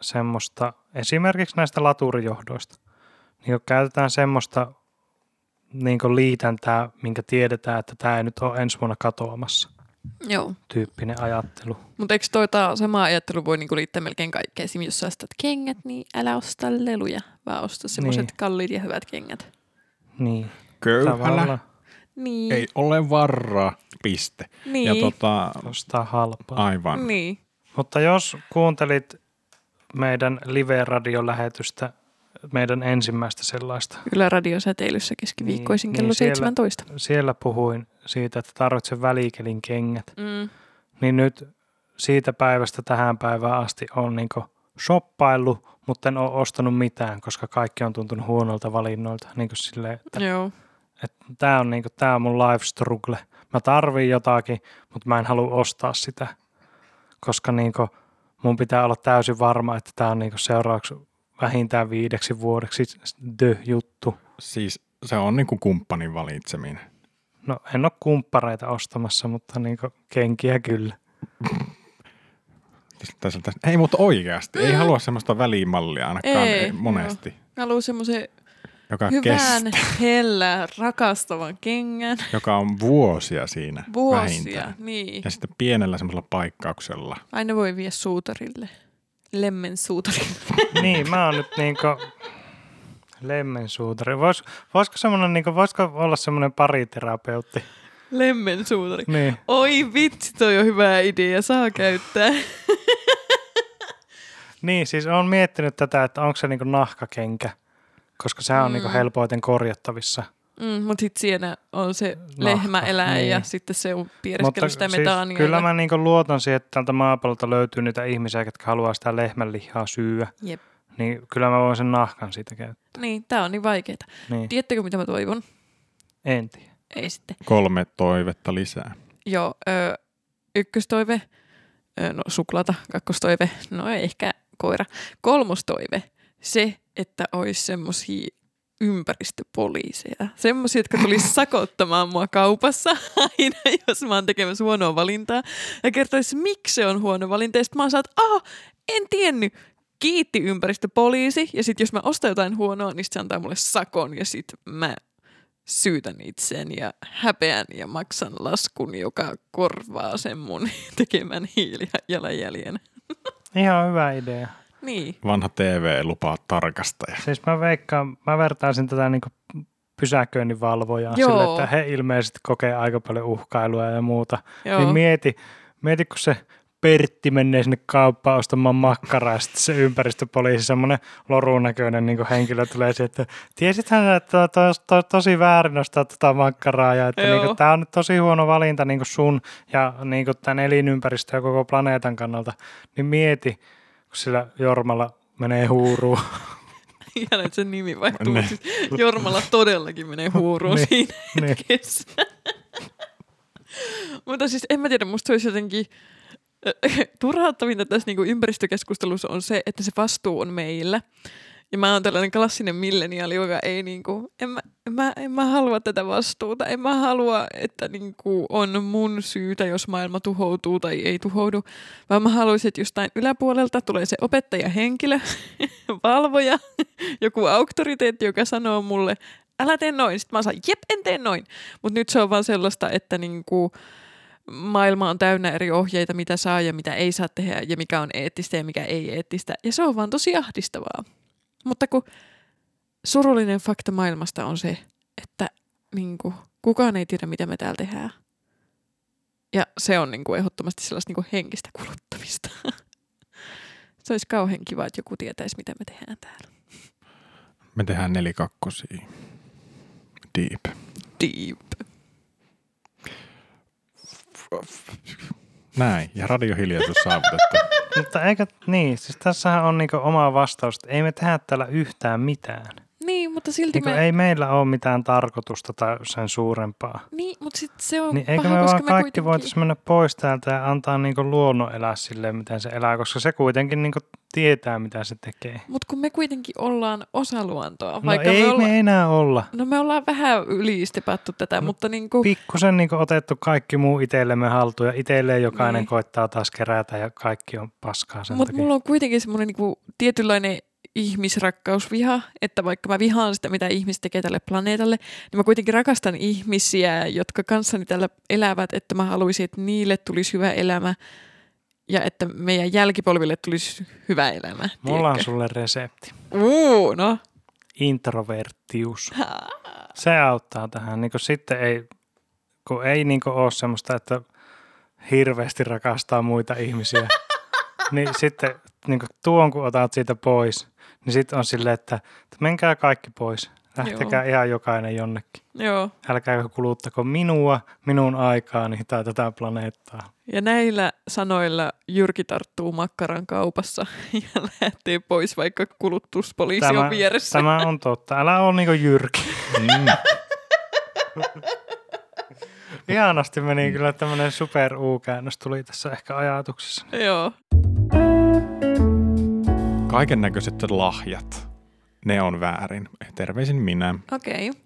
S1: semmoista, esimerkiksi näistä laturijohdoista, niin kun käytetään semmoista niin liitäntää, minkä tiedetään, että tämä ei nyt ole ensi vuonna katoamassa,
S3: Joo.
S1: tyyppinen ajattelu.
S3: Mutta eikö toi tää sama ajattelu voi niinku liittää melkein kaikkeen? Esimerkiksi jos sä ostat kengät, niin älä osta leluja, vaan osta semmoiset
S1: Niin.
S3: kalliit ja hyvät kengät.
S1: Niin,
S2: köyhällä
S1: tavallaan
S3: Niin.
S2: ei ole varaa, piste.
S3: Niin.
S2: Ja tota,
S1: ostaa halpaa.
S2: aivan. Niin.
S3: Niin.
S1: Mutta jos kuuntelit meidän live-radiolähetystä, meidän ensimmäistä sellaista,
S3: Yle radiosäteilyssä keskiviikkoisin
S1: Niin,
S3: kello
S1: niin siellä-
S3: 17.
S1: siellä puhuin siitä, että tarvitsen välikelin kengät,
S3: Mm.
S1: niin nyt siitä päivästä tähän päivään asti on niin shoppaillut, mutta en ole ostanut mitään, koska kaikki on tuntunut huonolta valinnoilta. Niin kuin silleen, että
S3: Joo.
S1: tämä on, niin kuin, tämä on mun life struggle. Mä tarviin jotakin, mutta mä en halua ostaa sitä, koska niin kuin, mun pitää olla täysin varma, että tämä on niin kuin seuraavaksi vähintään viideksi vuodeksi the juttu.
S2: Siis se on niinku kumppanin valitseminen.
S1: No en ole kumppareita ostamassa, mutta niin kuin, kenkiä kyllä.
S2: Tässä, tässä. Ei, mutta oikeasti. Ei halua semmoista välimallia ainakaan
S3: Ei,
S2: ei, monesti,
S3: Mä haluan semmoisen
S2: joka,
S3: hyvän,
S2: kestää,
S3: hellään, rakastavan kengän.
S2: joka on vuosia siinä
S3: Vuosia,
S2: vähintään.
S3: niin.
S2: Ja sitten pienellä semmoisella paikkauksella.
S3: Aina voi vie suutarille. Lemmen suutarille.
S1: niin, mä oon nyt niinku lemmensuutari. Vois, voisiko, semmonen, niinku, voisiko olla semmoinen pariterapeutti?
S3: Lemmen suutari.
S1: Niin.
S3: Oi vitsi, toi on hyvä idea, saa käyttää.
S1: niin, siis oon miettinyt tätä, että onko se niinku nahkakenkä, koska sehän on niinku helpoiten korjattavissa.
S3: Mm, mutta sitten siinä on se lehmä elää
S1: niin.
S3: niin. ja sitten se on
S1: Mutta
S3: piereskellyt sitä
S1: siis
S3: metaania.
S1: kyllä mä niin luotan siihen, että tältä maapallolta löytyy niitä ihmisiä, jotka haluaa sitä lehmänlihaa syyä.
S3: Jep.
S1: Niin kyllä mä voin sen nahkan siitä käyttää.
S3: Niin, tää on niin vaikeeta.
S1: Niin,
S3: Tiedättekö mitä mä toivon?
S1: en tiedä.
S3: Ei sitten.
S2: Kolme toivetta lisää.
S3: Joo, ö, ykköstoive, ö, no suklaata, kakkostoive, no ei ehkä koira. Kolmostoive, se, että olisi semmosia ympäristöpoliiseja. Semmoisia, jotka tulisi sakottamaan mua kaupassa aina, jos mä oon tekemässä huonoa valintaa. Ja kertoisi, miksi se on huono valinta. Ja sit mä oon saat, aha, en tiennyt. Kiitti ympäristöpoliisi. Ja sitten jos mä ostan jotain huonoa, niin sit se antaa mulle sakon. Ja sit mä syytän itseäni ja häpeän ja maksan laskun, joka korvaa sen mun tekemän hiilijalanjäljen.
S1: Ihan hyvä idea.
S3: Niin,
S2: Vanha TV lupaa tarkastaja.
S1: Siis mä veikkaan, mä vertaisin tätä niin pysäköinnin valvojaan
S3: Joo.
S1: sille, että he ilmeisesti kokee aika paljon uhkailua ja muuta. Joo. Niin
S3: joo.
S1: mieti, mieti, kun se Pertti menee sinne kauppaan ostamaan makkaraa, ja sitten se ympäristöpoliisi, semmoinen lorun näköinen niin henkilö tulee siihen, että tiesithän, sä, että on to, to, tosi väärin ostaa tätä makkaraa, ja että
S3: Joo.
S1: niin tämä on nyt tosi huono valinta niin sun ja niin tämän elinympäristön ja koko planeetan kannalta, niin mieti, kun sillä Jormalla menee huuruun.
S3: Ihan, että sen nimi vaihtuu.
S2: Ne.
S3: Siis Jormalla todellakin menee huuruun
S1: Niin.
S3: siinä
S1: niin.
S3: hetkessä. Mutta siis en mä tiedä, musta olisi jotenkin äh, turhauttavinta tässä niinku ympäristökeskustelussa on se, että se vastuu on meillä. Ja mä oon tällainen klassinen milleniaali, joka ei niinku, en mä, en mä, en mä halua tätä vastuuta, en mä halua, että niinku on mun syytä, jos maailma tuhoutuu tai ei tuhoudu, vaan mä haluaisin, että jostain yläpuolelta tulee se opettajahenkilö, valvoja, joku auktoriteetti, joka sanoo mulle, älä tee noin. Sitten mä saan, jep, en tee noin. Mutta nyt se on vaan sellaista, että niinku, maailma on täynnä eri ohjeita, mitä saa ja mitä ei saa tehdä ja mikä on eettistä ja mikä ei eettistä. Ja se on vaan tosi ahdistavaa. Mutta kun surullinen fakta maailmasta on se, että niinku, kukaan ei tiedä, mitä me täällä tehdään. Ja se on niinku, ehdottomasti sellaista niinku, henkistä kuluttamista. se olisi kauhean kiva, että joku tietäisi, mitä me tehdään täällä.
S2: Me tehdään nelikakkosia. Deep.
S3: Deep.
S2: Näin, ja radiohiljaisuus saavutettu.
S1: Mutta eikä, niin, siis tässähän on niinku oma vastaus, että ei me tehdä täällä yhtään mitään.
S3: Niin, mutta silti
S1: Niinku
S3: me...
S1: ei meillä ole mitään tarkoitusta tai sen suurempaa.
S3: Niin, mutta sit se on
S1: Niin
S3: paha,
S1: eikö me vaan
S3: koska me
S1: kaikki
S3: kuitenkin...
S1: voitaisiin mennä pois täältä ja antaa niinku luonnon elää silleen, miten se elää, koska se kuitenkin niinku tietää, mitä se tekee.
S3: Mutta kun me kuitenkin ollaan osa luontoa,
S1: No
S3: vaikka
S1: ei
S3: me, olla...
S1: me No enää olla.
S3: No me ollaan vähän yliistepattu tätä, mutta niin kuin...
S1: Pikkusen niinku otettu kaikki muu itsellemme haltuun ja itselleen jokainen
S3: Niin.
S1: koittaa taas kerätä ja kaikki on paskaa sen
S3: Mutta
S1: takia.
S3: mulla on kuitenkin semmoinen niinku tietynlainen ihmisrakkausviha, että vaikka mä vihaan sitä, mitä ihmiset tekee tälle planeetalle, niin mä kuitenkin rakastan ihmisiä, jotka kanssani täällä elävät, että mä haluaisin, että niille tulisi hyvä elämä ja että meidän jälkipolville tulisi hyvä elämä.
S1: Mulla on
S3: tiedätkö?
S1: sulle resepti.
S3: Uu, no.
S1: Introvertius. Se auttaa tähän. Niin sitten ei, kun ei niin ole semmoista, että hirveästi rakastaa muita ihmisiä, niin sitten niin tuon kun otat siitä pois, niin sitten on silleen, että, että menkää kaikki pois. Lähtekää Joo. ihan jokainen jonnekin.
S3: Joo.
S1: Älkääkä kuluttako minua, minun aikaani tai tätä planeettaa.
S3: Ja näillä sanoilla Jyrki tarttuu makkaran kaupassa ja lähtee pois, vaikka kulutuspoliisi tämä, on vieressä.
S1: tämä on totta. Älä ole niin jyrki.
S2: Mm.
S1: Ihanasti meni kyllä tämmöinen super U-käännös tuli tässä ehkä ajatuksessa.
S3: Tämä. Joo.
S2: Kaiken näköiset lahjat, ne on väärin. Terveisin minä,
S3: Okei. Okay.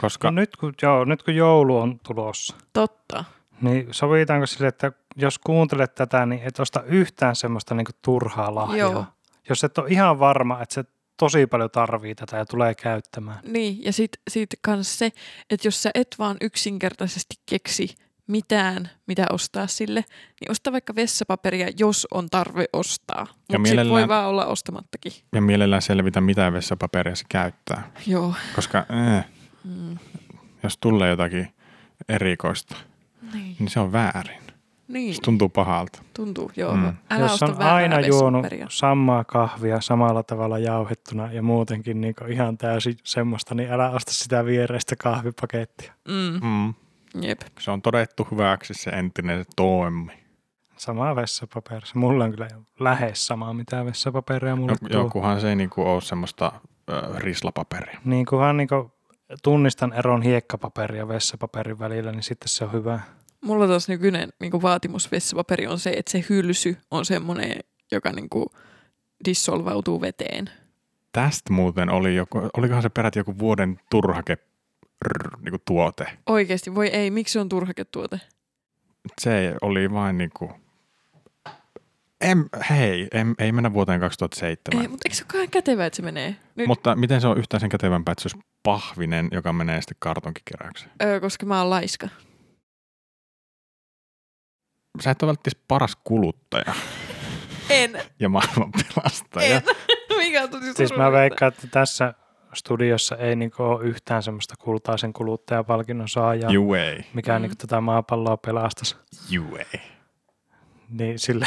S2: koska
S1: No nyt, kun, joo, nyt kun joulu on tulossa,
S3: Totta.
S1: niin sovitaanko sille, että jos kuuntelet tätä, niin et osta yhtään semmoista niinku turhaa lahjaa.
S3: Joo.
S1: Jos et ole ihan varma, että se tosi paljon tarvii tätä ja tulee käyttämään.
S3: Niin, ja sitten sit kans se, että jos sä et vaan yksinkertaisesti keksi mitään, mitä ostaa sille, niin osta vaikka vessapaperia, jos on tarve ostaa. Mutta sit voi
S2: mielellään-
S3: vaan olla ostamattakin.
S2: ja mielellään selvitä, mitä vessapaperia se käyttää.
S3: Joo.
S2: Koska äh,
S3: Mm.
S2: jos tulee jotakin erikoista,
S3: Niin.
S2: niin se on väärin.
S3: Niin,
S2: Se tuntuu pahalta.
S3: tuntuu, joo.
S2: Mm.
S3: Älä
S1: Jos
S3: osta
S1: on
S3: väärää
S1: aina juonut
S3: vessuperia.
S1: samaa kahvia samalla tavalla jauhettuna ja muutenkin niin ihan täysin semmoista, niin älä osta sitä viereistä kahvipakettia.
S3: Mm.
S2: Mm.
S3: Jep.
S2: Se on todettu hyväksi se entinen toimi.
S1: Samaa vessapaperia. Mulla on kyllä lähes samaa, mitä vessapaperia mulle
S2: Jok-
S1: tuo.
S2: Jokuhan se ei niinku ole semmoista ö, rislapaperia.
S1: Niin kunhan niin tunnistan eron hiekkapaperin ja vessapaperin välillä, niin sitten se on hyvä.
S3: Mulla taas nykyinen niin vaatimus vessapaperi on se, että se hylsy on semmoinen, joka niin kuin, dissolvautuu veteen.
S2: Tästä muuten oli joku, olikohan se peräti joku vuoden turhake rrr, niinku tuote.
S3: Oikeasti, voi ei, miksi se on turhaketuote?
S2: Se oli vain niinku... En, hei, en, ei mennä vuoteen 2007.
S3: Ei, mutta eikö se olekaan kätevää, että se menee? Nyt,
S2: Mutta miten se on yhtään sen kätevämpää, että se olisi pahvinen, joka menee sitten kartonkikeräykseen?
S3: ö, koska mä oon laiska.
S2: Sä et ole välttämättä paras kuluttaja
S3: En,
S2: ja maailman pelastaja.
S3: en. Mikä on tosi
S1: Siis mä
S3: surullista.
S1: veikkaan, että tässä studiossa ei niin ole yhtään semmoista kultaisen kuluttajapalkinnon saajaa,
S2: You ei.
S1: mikä
S3: Mm.
S1: niin tätä maapalloa pelastaisi.
S2: You ei.
S1: Niin sillä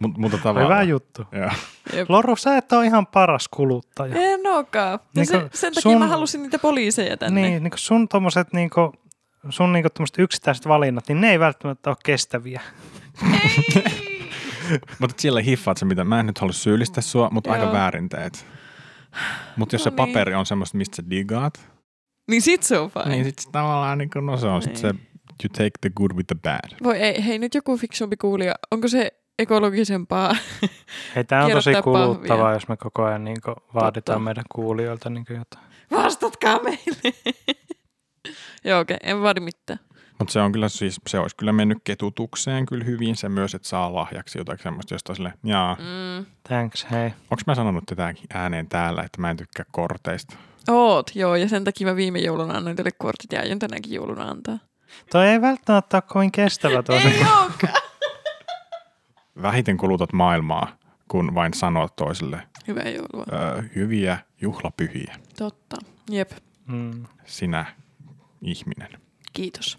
S2: Mut, mutta
S1: on
S2: tavallaan.
S1: hyvä juttu.
S2: Joo.
S3: Jep.
S1: Loru, sä et ole ihan paras kuluttaja.
S3: En ookaan. Ja
S1: Niinku
S3: se, sen takia
S1: sun-
S3: mä halusin niitä poliiseja tänne.
S1: Niin, niin sun tommoset niinku, sun niinku tommoset yksittäiset valinnat, niin ne ei välttämättä ole kestäviä.
S3: Ei!
S2: Mutta siellä hiffaat se, mitä mä en nyt halua syyllistää sua, mutta aika
S3: Joo.
S2: väärin teet. Mutta jos
S3: No
S2: se
S3: niin.
S2: paperi on semmoista, mistä sä digaat,
S3: niin sit se on fine.
S2: niin sitten tavallaan niin no se on sit
S3: Niin.
S2: se you take the good with the bad.
S3: Voi ei, hei nyt joku fiksumpi kuulija. Onko se ekologisempaa?
S1: Hei, tää on tosi
S3: Kierrättää
S1: kuluttavaa,
S3: pahvia.
S1: jos me koko ajan niinku vaaditaan
S3: Totta.
S1: meidän kuulijoilta niinku jotain.
S3: Vastatkaa meille. Joo, okei, okay. en vaadi mitään.
S2: Mutta se on kyllä siis, se olisi kyllä mennyt ketutukseen kyllä hyvin se myös, että saa lahjaksi jotain semmoista, josta sille, jaa,
S3: Mm.
S1: Thanks, hei.
S2: onko mä sanonut tätä ääneen täällä, että mä en tykkää korteista?
S3: Oot, joo, ja sen takia mä viime jouluna annoin teille kortit ja aion tänäkin jouluna antaa.
S1: Toi ei välttämättä ole kovin kestävä toi sun-
S3: Ei ookaan.
S2: Vähiten kulutat maailmaa, kun vain sanot toiselle
S3: Hyvää joulua.
S2: öö, hyviä juhlapyhiä,
S3: Totta. Jep,
S1: Mm.
S2: sinä ihminen.
S3: kiitos.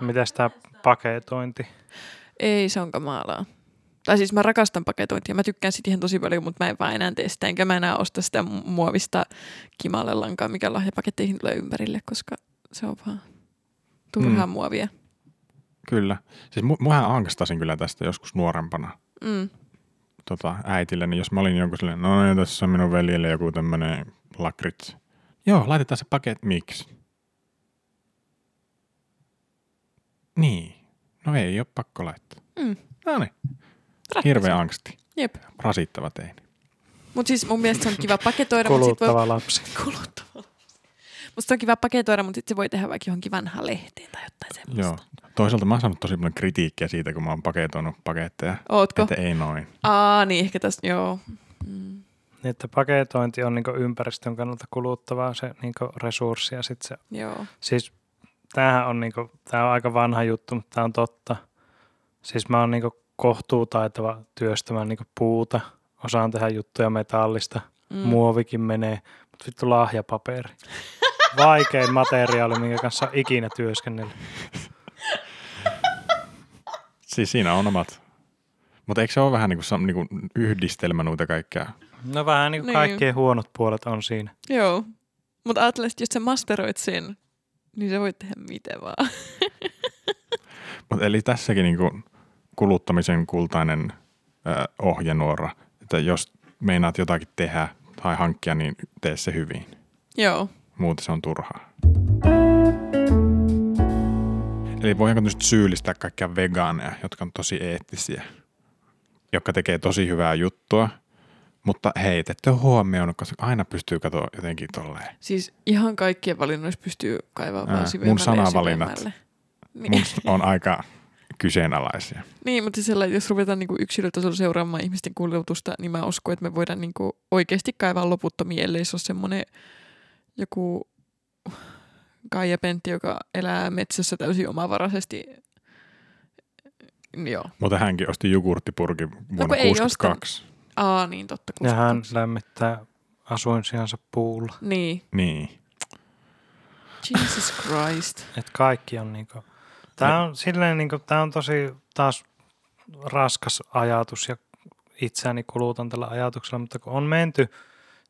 S1: Mitäs tää paketointi?
S3: Ei, se on kamalaa. Tai siis mä rakastan paketointia. Mä tykkään siitä ihan tosi paljon, mutta mä en vaan enää tee sitä, enkä mä enää osta sitä mu- muovista kimalle lankaa, mikä lahjapaketteihin tulee ympärille, koska se on vaan turhaa mm.
S2: Mm.
S3: muovia.
S2: Kyllä. Siis mu- muahan angstasin kyllä tästä joskus nuorempana
S3: Mm.
S2: tota, äitille, niin jos mä olin jonkun silleen, no niin, tässä on minun veljelle joku tämmönen lakrit. Joo, laitetaan se paket. Miksi? Niin. No ei ole pakko laittaa.
S3: Mm.
S2: No niin,
S3: Ratkaisu.
S2: hirveä angsti.
S3: Jep.
S2: Rasittava teini.
S3: Mutta siis mun mielestä se on kiva paketoida, mutta sit voi
S1: Kuluttava lapsi.
S3: kuluttava. Musta on kiva paketoida, mutta sitten se voi tehdä vaikka johonkin vanhaan lehteen tai jotain semmoista.
S2: Joo. Toisaalta mä oon saanut tosi paljon kritiikkiä siitä, kun mä oon paketoinut paketteja.
S3: Ootko?
S2: Että ei noin.
S3: Aa, niin ehkä tästä, joo. Mm.
S1: Niin, Että paketointi on niinku ympäristön kannalta kuluttavaa se niinku resurssi ja sit se
S3: Joo.
S1: Siis tämähän on, niinku, tää on aika vanha juttu, mutta tämä on totta. Siis mä oon niinku kohtuutaitava työstämään niinku puuta. Osaan tehdä juttuja metallista. Mm. Muovikin menee. Mutta vittu lahjapaperi. Vaikein materiaali, minkä kanssa on ikinä työskennellyt.
S2: Siis siinä on omat. Mutta eikö se ole vähän niin kuin, niin kuin yhdistelmä noita kaikkea?
S1: No vähän niinku
S3: Niin.
S1: niin. kaikkien huonot puolet on siinä.
S3: Joo. Mutta ajattelee, että jos sä masteroit sen, niin sä voit tehdä mitä vaan.
S2: Mut eli tässäkin niinku kuluttamisen kultainen ö, ohjenuora, että jos meinaat jotakin tehdä tai hankkia, niin tee se hyvin.
S3: Joo.
S2: Muuten se on turhaa. Eli voidaanko nyt syyllistää kaikkia vegaaneja, jotka on tosi eettisiä, jotka tekee tosi hyvää juttua, mutta hei, te ette ole huomioinut, koska aina pystyy katsoa jotenkin tolleen.
S3: Siis ihan kaikkien valinnoissa pystyy kaivaa
S2: Ää,
S3: vaan
S2: mun
S3: syvemmälle ja
S2: sanavalinnat.
S3: syvemmälle. Niin,
S2: Mun on aika kyseenalaisia.
S3: niin mutta siis sellainen, jos ruvetaan niinku yksilötasolla seuraamaan ihmisten kulutusta, niin mä uskon, että me voidaan niinku oikeasti kaivaa loputtomia, ellei se ole semmoinen joku Kaija Pentti, joka elää metsässä täysin omavaraisesti. Joo.
S2: Mutta hänkin osti jogurttipurkin vuonna
S3: No kun ei ostanut.
S2: 62.
S3: Aa, niin totta.
S1: Ja hän
S3: 62.
S1: lämmittää asuinsijansa puulla.
S3: Niin.
S2: Niin.
S3: Jesus Christ.
S1: Et kaikki on niinku Tämä on, silleen, niin kuin, tämä on tosi taas raskas ajatus ja itseäni kulutan tällä ajatuksella, mutta kun on menty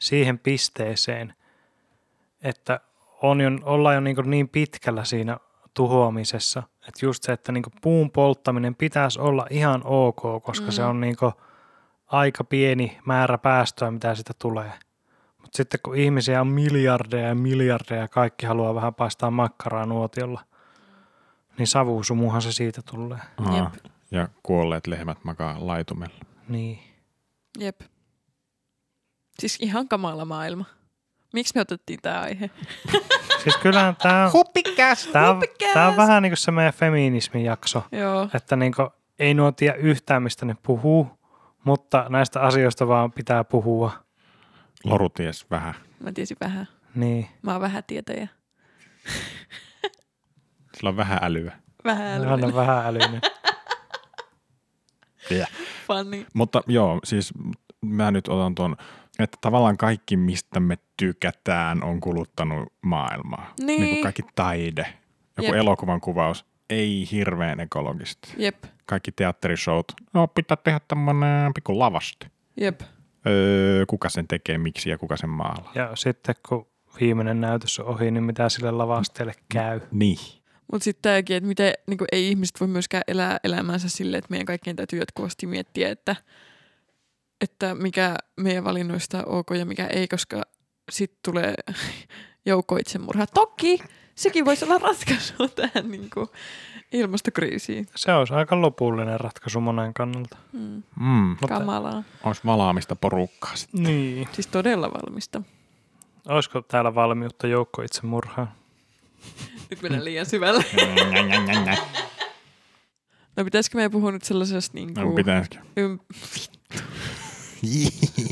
S1: siihen pisteeseen, että on jo, ollaan jo niin, kuin niin pitkällä siinä tuhoamisessa, että just se, että niin kuin puun polttaminen pitäisi olla ihan ok, koska mm. se
S3: Mm.
S1: on niin kuin aika pieni määrä päästöä, mitä sitä tulee. Mutta sitten kun ihmisiä on miljardeja ja miljardeja ja kaikki haluaa vähän paistaa makkaraa nuotiolla, niin savusumuhan se siitä tulee.
S2: Aa,
S3: Jep.
S2: ja kuolleet lehmät makaa laitumella.
S1: Niin.
S3: Jep. Siis ihan kamala maailma. Miksi me otettiin tämä aihe?
S1: Siis kyllähän tämä on,
S2: Huppikäs!
S1: tää on,
S3: Huppikäs!
S1: tää on vähän niin kuin se meidän feminismin jakso,
S3: Joo.
S1: että niin kuin ei nuo tiedä yhtään, mistä ne puhuu, mutta näistä asioista vaan pitää puhua.
S2: Loru ties vähän.
S3: Mä tiesin vähän.
S1: Niin.
S3: Mä oon vähän tietäjä.
S2: Sillä on vähän älyä.
S3: Vähän
S1: Hän
S3: älyinen.
S1: on vähän älyinen.
S2: Yeah.
S3: Funny.
S2: Mutta joo, siis mä nyt otan tuon, että tavallaan kaikki, mistä me tykätään, on kuluttanut maailmaa.
S3: Niin.
S2: niin kuin kaikki taide, joku
S3: Jep.
S2: elokuvan kuvaus, ei hirveän ekologisesti.
S3: Jep.
S2: Kaikki teatterishowt, no pitää tehdä tämmönen pikku lavasti.
S3: Jep.
S2: Öö, kuka sen tekee, miksi ja kuka sen maalaa.
S1: Ja sitten kun viimeinen näytös on ohi, niin mitä sille lavasteelle käy.
S2: Niin.
S3: Mutta sitten tämäkin, että miten niin kuin, ei ihmiset voi myöskään elää elämänsä silleen, että meidän kaikkien täytyy jatkuvasti miettiä, että, että mikä meidän valinnoista on ok ja mikä ei, koska sitten tulee joukko itsemurhaa. Toki sekin voisi olla ratkaisu tähän niin kuin, ilmastokriisiin.
S1: Se olisi aika lopullinen ratkaisu monen kannalta.
S3: Mm,
S2: Mm,
S1: Mutta,
S3: kamalaa.
S2: olisi valaamista porukkaa sitten.
S1: Niin.
S3: Siis todella valmista.
S1: Olisiko täällä valmiutta joukko itsemurhaan?
S3: Nyt mennään liian syvälle. No pitäisikö meidän puhua nyt sellaisesta niin
S2: No,
S3: kuin,
S2: pitäisikö?
S3: ym,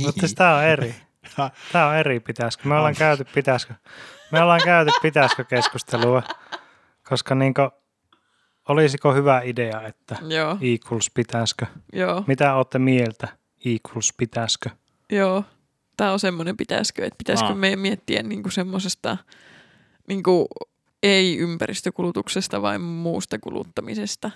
S1: Mutta tämä No, on eri. Tämä on eri, pitäisikö. Me ollaan käyty pitäisikö, me ollaan käyty pitäisikö keskustelua, koska niinkö, olisiko hyvä idea, että
S3: joo,
S1: equals pitäisikö.
S3: joo,
S1: Mitä olette mieltä? Equals pitäisikö?
S3: joo. Tämä on semmoinen, pitäisikö, että pitäisikö
S2: Aa.
S3: meidän miettiä niin kuin semmoisesta niin kuin, ei ympäristökulutuksesta vai muusta kuluttamisesta.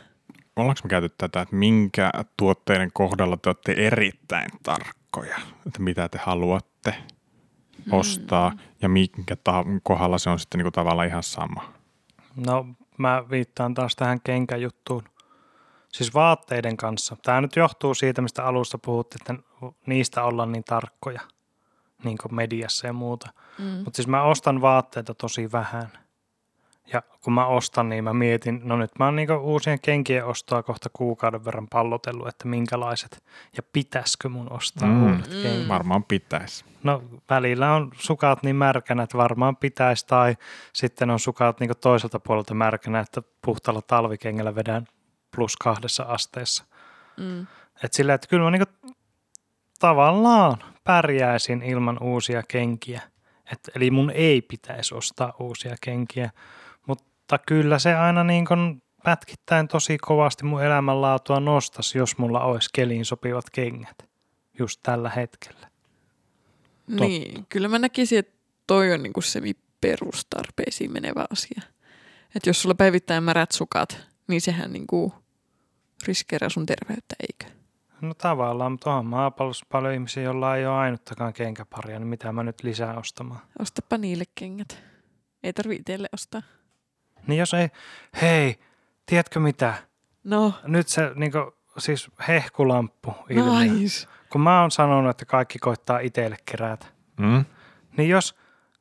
S2: Ollaanko me käyty tätä, että minkä tuotteiden kohdalla te olette erittäin tarkkoja, että mitä te haluatte ostaa ja minkä ta- kohdalla se on sitten niinku tavallaan ihan sama.
S1: No, mä viittaan taas tähän kenkäjuttuun. Siis vaatteiden kanssa. Tämä nyt johtuu siitä, mistä alusta puhuttiin, että niistä ollaan niin tarkkoja niin mediassa ja muuta.
S3: Mm.
S1: Mutta siis mä ostan vaatteita tosi vähän. Ja kun mä ostan, niin mä mietin, no nyt mä oon niinku uusien kenkien ostoa kohta kuukauden verran pallotellut, että minkälaiset ja pitäisikö mun ostaa
S2: Mm.
S1: mm. uudet kengät.
S2: Varmaan pitäisi.
S1: No välillä on sukat niin märkänä, että varmaan pitäisi, tai sitten on sukat niin toiselta puolelta märkänä, että puhtaalla talvikengällä vedän plus kahdessa asteessa.
S3: Mm.
S1: Et sillä, että kyllä mä niin tavallaan pärjäisin ilman uusia kenkiä. Et, eli mun ei pitäisi ostaa uusia kenkiä. Mutta kyllä se aina niin kuin pätkittäin tosi kovasti mun elämänlaatua nostasi, jos mulla olisi keliin sopivat kengät just tällä hetkellä.
S3: Niin, kyllä mä näkisin, että toi on niin kuin semi perustarpeisiin menevä asia. Että jos sulla päivittäin märät sukat, niin sehän niin kuin riskeeraa sun terveyttä, eikö?
S1: No tavallaan, mutta onhan maapallossa paljon ihmisiä, joilla ei ole ainuttakaan kenkäparia, niin mitä mä nyt lisää ostamaan.
S3: Ostapa niille kengät. Ei tarvi itselle ostaa.
S1: Niin jos ei, hei, tiedätkö mitä?
S3: No,
S1: Nyt se niinku, siis hehkulamppu ilmiö.
S3: nice.
S1: Kun mä oon sanonut, että kaikki koittaa itselle kerätä,
S2: Mm?
S1: niin jos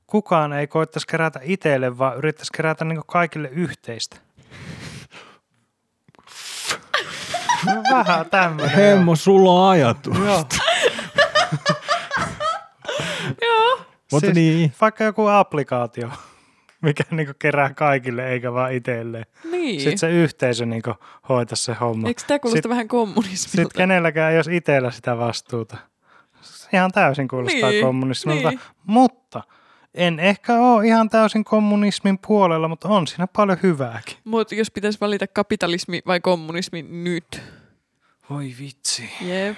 S1: kukaan ei koittaisi kerätä itselle, vaan yrittäisi kerätä niinku kaikille yhteistä. No, vähän tämmöinen.
S2: sulla on ajatus.
S1: Joo.
S2: Mutta
S1: Siis-
S2: niin.
S1: Vaikka joku applikaatio, mikä niinku kerää kaikille eikä vaan itselleen.
S3: Niin.
S1: Sitten se yhteisö niinku hoita se homma.
S3: Eikö tämä kuulosta
S1: Sit-
S3: vähän
S1: Sitten
S3: kommunismilta?
S1: kenelläkään ei olisi itsellä sitä vastuuta. Se Ihan täysin kuulostaa
S3: Niin,
S1: niin, kommunismilta.
S3: niin.
S1: Niin. Mutta en ehkä ole ihan täysin kommunismin puolella, mutta on siinä paljon hyvääkin.
S3: Mutta jos pitäisi valita kapitalismi vai kommunismi nyt.
S1: Voi vitsi.
S3: Jep.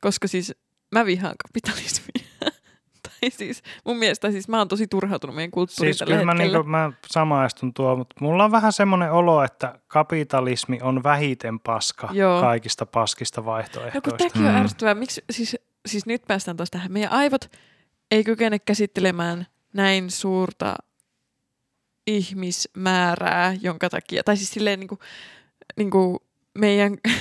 S3: Koska siis mä vihaan kapitalismia. tai ei siis, mun mielestä siis mä oon tosi turhautunut meidän kulttuuriin
S1: Siis
S3: tällä
S1: kyllä mä,
S3: hetkellä.
S1: niinku, mä samaistun tuo, mutta mulla on vähän semmoinen olo, että kapitalismi on vähiten paska
S3: Joo.
S1: kaikista paskista
S3: No kun
S1: vaihtoehdoista.
S3: tämäkin on
S2: Mm.
S3: ärsyttävää. Miksi, siis, siis nyt päästään taas tähän. Meidän aivot ei kykene käsittelemään näin suurta ihmismäärää, jonka takia, tai siis silleen niin kuin, niin kuin meidän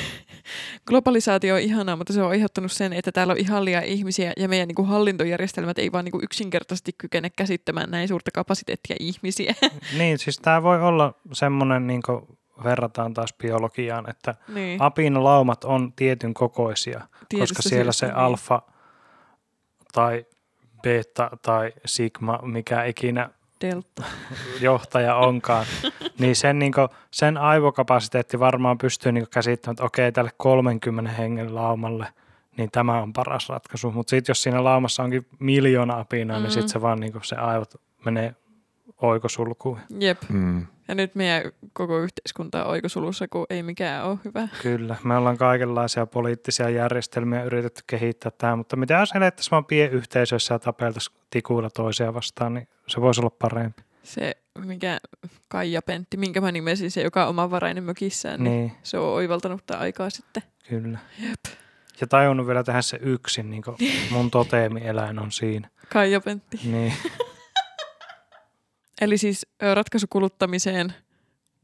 S3: globalisaatio on ihanaa, mutta se on aiheuttanut sen, että täällä on ihan liian ihmisiä ja meidän niin kuin hallintojärjestelmät ei vaan niin kuin yksinkertaisesti kykene käsittämään näin suurta kapasiteettia ihmisiä.
S1: Niin, siis tämä voi olla semmoinen, niin verrataan taas biologiaan, että
S3: niin,
S1: apinalaumat on tietyn kokoisia, koska
S3: tietystä
S1: siellä
S3: syystä,
S1: se
S3: niin.
S1: alfa tai beta tai sigma, mikä ikinä
S3: Delta.
S1: johtaja onkaan, niin sen, niin kuin, sen aivokapasiteetti varmaan pystyy niin käsittämään, että okei, tälle 30 hengen laumalle, niin tämä on paras ratkaisu. Mutta sitten jos siinä laumassa onkin miljoona apinaa, mm. niin
S3: Mm.
S1: sitten se vaan niin se aivot menee oikosulkuun.
S3: Jep.
S2: Mm.
S3: Ja nyt meidän koko yhteiskunta on oikosulussa, kun ei mikään ole hyvä.
S1: Kyllä, me ollaan kaikenlaisia poliittisia järjestelmiä yritetty kehittää tähän, mutta mitä jos elettäisiin vaan pienyhteisössä ja tapeltaisiin tikuilla toisia vastaan, niin se voisi olla parempi.
S3: se, mikä Kaija Pentti, minkä mä nimesin, se joka on omavarainen mökissään, niin, niin.
S1: Niin,
S3: se on oivaltanut tämän aikaa sitten.
S1: kyllä. Ja tajunnut vielä tehdä se yksin, niin kuin mun toteemieläin on siinä.
S3: Kaija Pentti.
S1: Niin,
S3: Eli siis ö, ratkaisu kuluttamiseen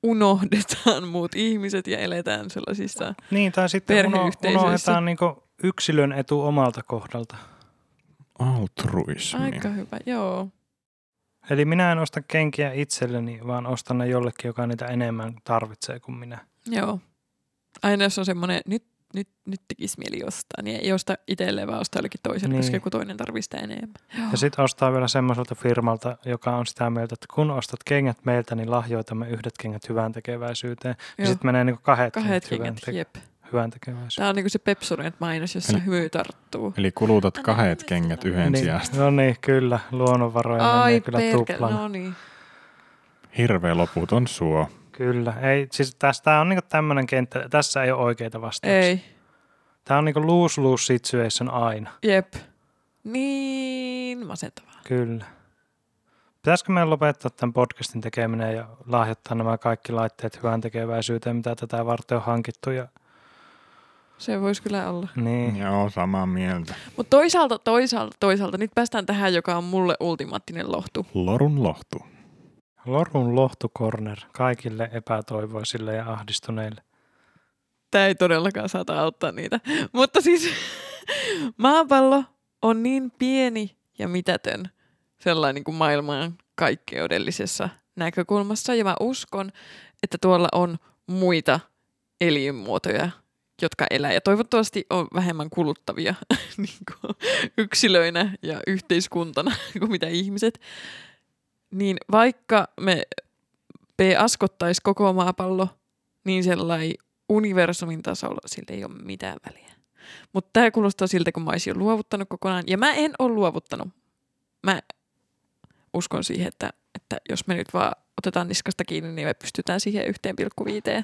S3: unohdetaan muut ihmiset ja eletään sellaisissa.
S1: niin tai sitten uno,
S3: Perheyhteisöissä.
S1: unohdetaan niin yksilön etu omalta kohdalta.
S2: Altruismi.
S3: Aika hyvä, joo.
S1: Eli minä en osta kenkiä itselleni, vaan ostan ne jollekin, joka niitä enemmän tarvitsee kuin minä.
S3: Joo. Aina jos on semmoinen, nyt, nyt, nyt tekisi mieli ostaa, niin ei osta itselleen, vaan ostaa jollekin toiselle, niin. koska
S1: Niin.
S3: joku toinen tarvitsee sitä enemmän.
S1: Ja sitten ostaa vielä semmoiselta firmalta, joka on sitä mieltä, että kun ostat kengät meiltä, niin lahjoitamme yhdet kengät hyvään tekeväisyyteen. Ja
S3: Joo.
S1: sitten menee niin kahdet,
S3: Kahdet
S1: kahdet hyvään,
S3: kengät,
S1: te-
S3: jep.
S1: hyvään tekeväisyyteen.
S3: Tämä on niinku se Pepsodent mainos, jossa
S2: Eli-
S3: hymy tarttuu.
S2: Eli kulutat kahdet kengät yhden niin.
S1: Niin,
S2: sijasta.
S1: no niin, kyllä. Luonnonvaroja menee
S3: Ai
S1: kyllä
S3: perkele,
S1: tuplana.
S3: no niin.
S2: Hirveä loputon suo.
S1: Kyllä. Ei, siis tästä on niinku tämmöinen kenttä. Tässä ei ole oikeita vastauksia.
S3: Ei.
S1: Tämä on niinku lose-lose situation aina.
S3: Jep. Niin masentavaa.
S1: Kyllä. Pitäisikö meidän lopettaa tämän podcastin tekeminen ja lahjoittaa nämä kaikki laitteet hyvään tekeväisyyteen, mitä tätä varten on hankittu? Ja,
S3: Se voisi kyllä olla.
S1: niin.
S2: Joo, samaa mieltä.
S3: Mutta toisaalta, toisaalta, toisaalta, nyt päästään tähän, joka on mulle ultimaattinen lohtu.
S2: Lorun lohtu.
S1: Lorun lohtukorner kaikille epätoivoisille ja ahdistuneille.
S3: Tämä ei todellakaan saata auttaa niitä. Mutta siis maapallo on niin pieni ja mitätön sellainen niin kuin maailman kaikkeudellisessa näkökulmassa. Ja mä uskon, että tuolla on muita elinmuotoja, jotka elää. Ja toivottavasti on vähemmän kuluttavia niin kuin yksilöinä ja yhteiskuntana kuin mitä ihmiset. Niin vaikka me p-askottaisi koko maapallo, niin sellainen universumin tasolla sillä ei ole mitään väliä. Mutta tämä kuulostaa siltä, kun mä olisin jo luovuttanut kokonaan. Ja mä en ole luovuttanut. Mä uskon siihen, että, että jos me nyt vaan otetaan niskasta kiinni, niin me pystytään siihen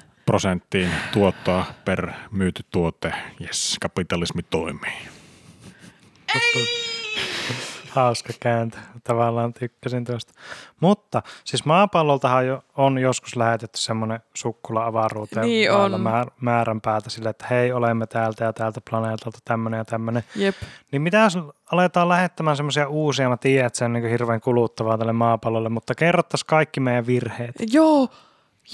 S3: 1,5.
S2: Prosenttiin tuottoa per myyty tuote. Jes, kapitalismi toimii.
S1: Hauska kääntö. Tavallaan tykkäsin tuosta. Mutta siis maapalloltahan jo, on joskus lähetetty semmoinen sukkula avaruuteen
S3: Niin
S1: vailla
S3: on.
S1: määr- määränpäätä sille, että hei, olemme täältä ja täältä planeetalta tämmöinen ja tämmöinen.
S3: Jep.
S1: Niin mitä jos aletaan lähettämään semmoisia uusia, mä tiedän, että se on niin hirveän kuluttavaa tälle maapallolle, mutta kerrottaisiin kaikki meidän virheet.
S3: Joo,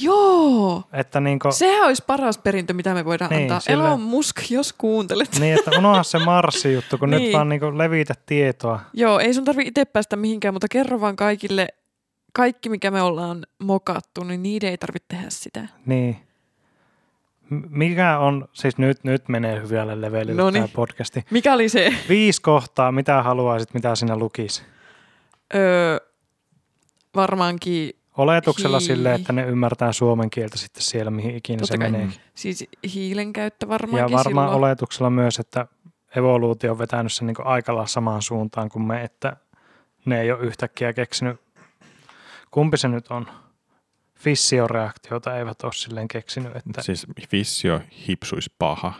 S3: joo.
S1: Että niin kuin,
S3: Sehän olisi paras perintö, mitä me voidaan niin,
S1: Niin,
S3: antaa. Sillä...
S1: sillä-
S3: Elon Musk, jos kuuntelet.
S1: niin, että unohda se Marsi-juttu, kun
S3: Niin.
S1: nyt vaan niin kuin levitä tietoa.
S3: Joo, ei sun tarvi itse päästä mihinkään, mutta kerro vaan kaikille, kaikki mikä me ollaan mokattu, niin niiden ei tarvitse tehdä sitä.
S1: Niin. M- Mikä on, siis nyt, nyt menee hyvälle levelille
S3: Noniin.
S1: tämä podcasti.
S3: Mikä oli se?
S1: Viisi kohtaa, mitä haluaisit, mitä sinä lukisi.
S3: Öö, varmaankin
S1: Oletuksella
S3: Hii.
S1: sille, että ne ymmärtää suomen kieltä sitten siellä, mihin ikinä
S3: Totta
S1: se
S3: kai.
S1: menee.
S3: siis hiilen käyttö
S1: Ja
S3: varmaankin
S1: varmaan
S3: silloin.
S1: oletuksella myös, että evoluutio on vetänyt sen niin aikalla samaan suuntaan kuin me, että ne ei ole yhtäkkiä keksinyt. Kumpi se nyt on? Fissioreaktiota eivät ole silleen keksinyt, että
S2: Siis fissio hipsuis paha.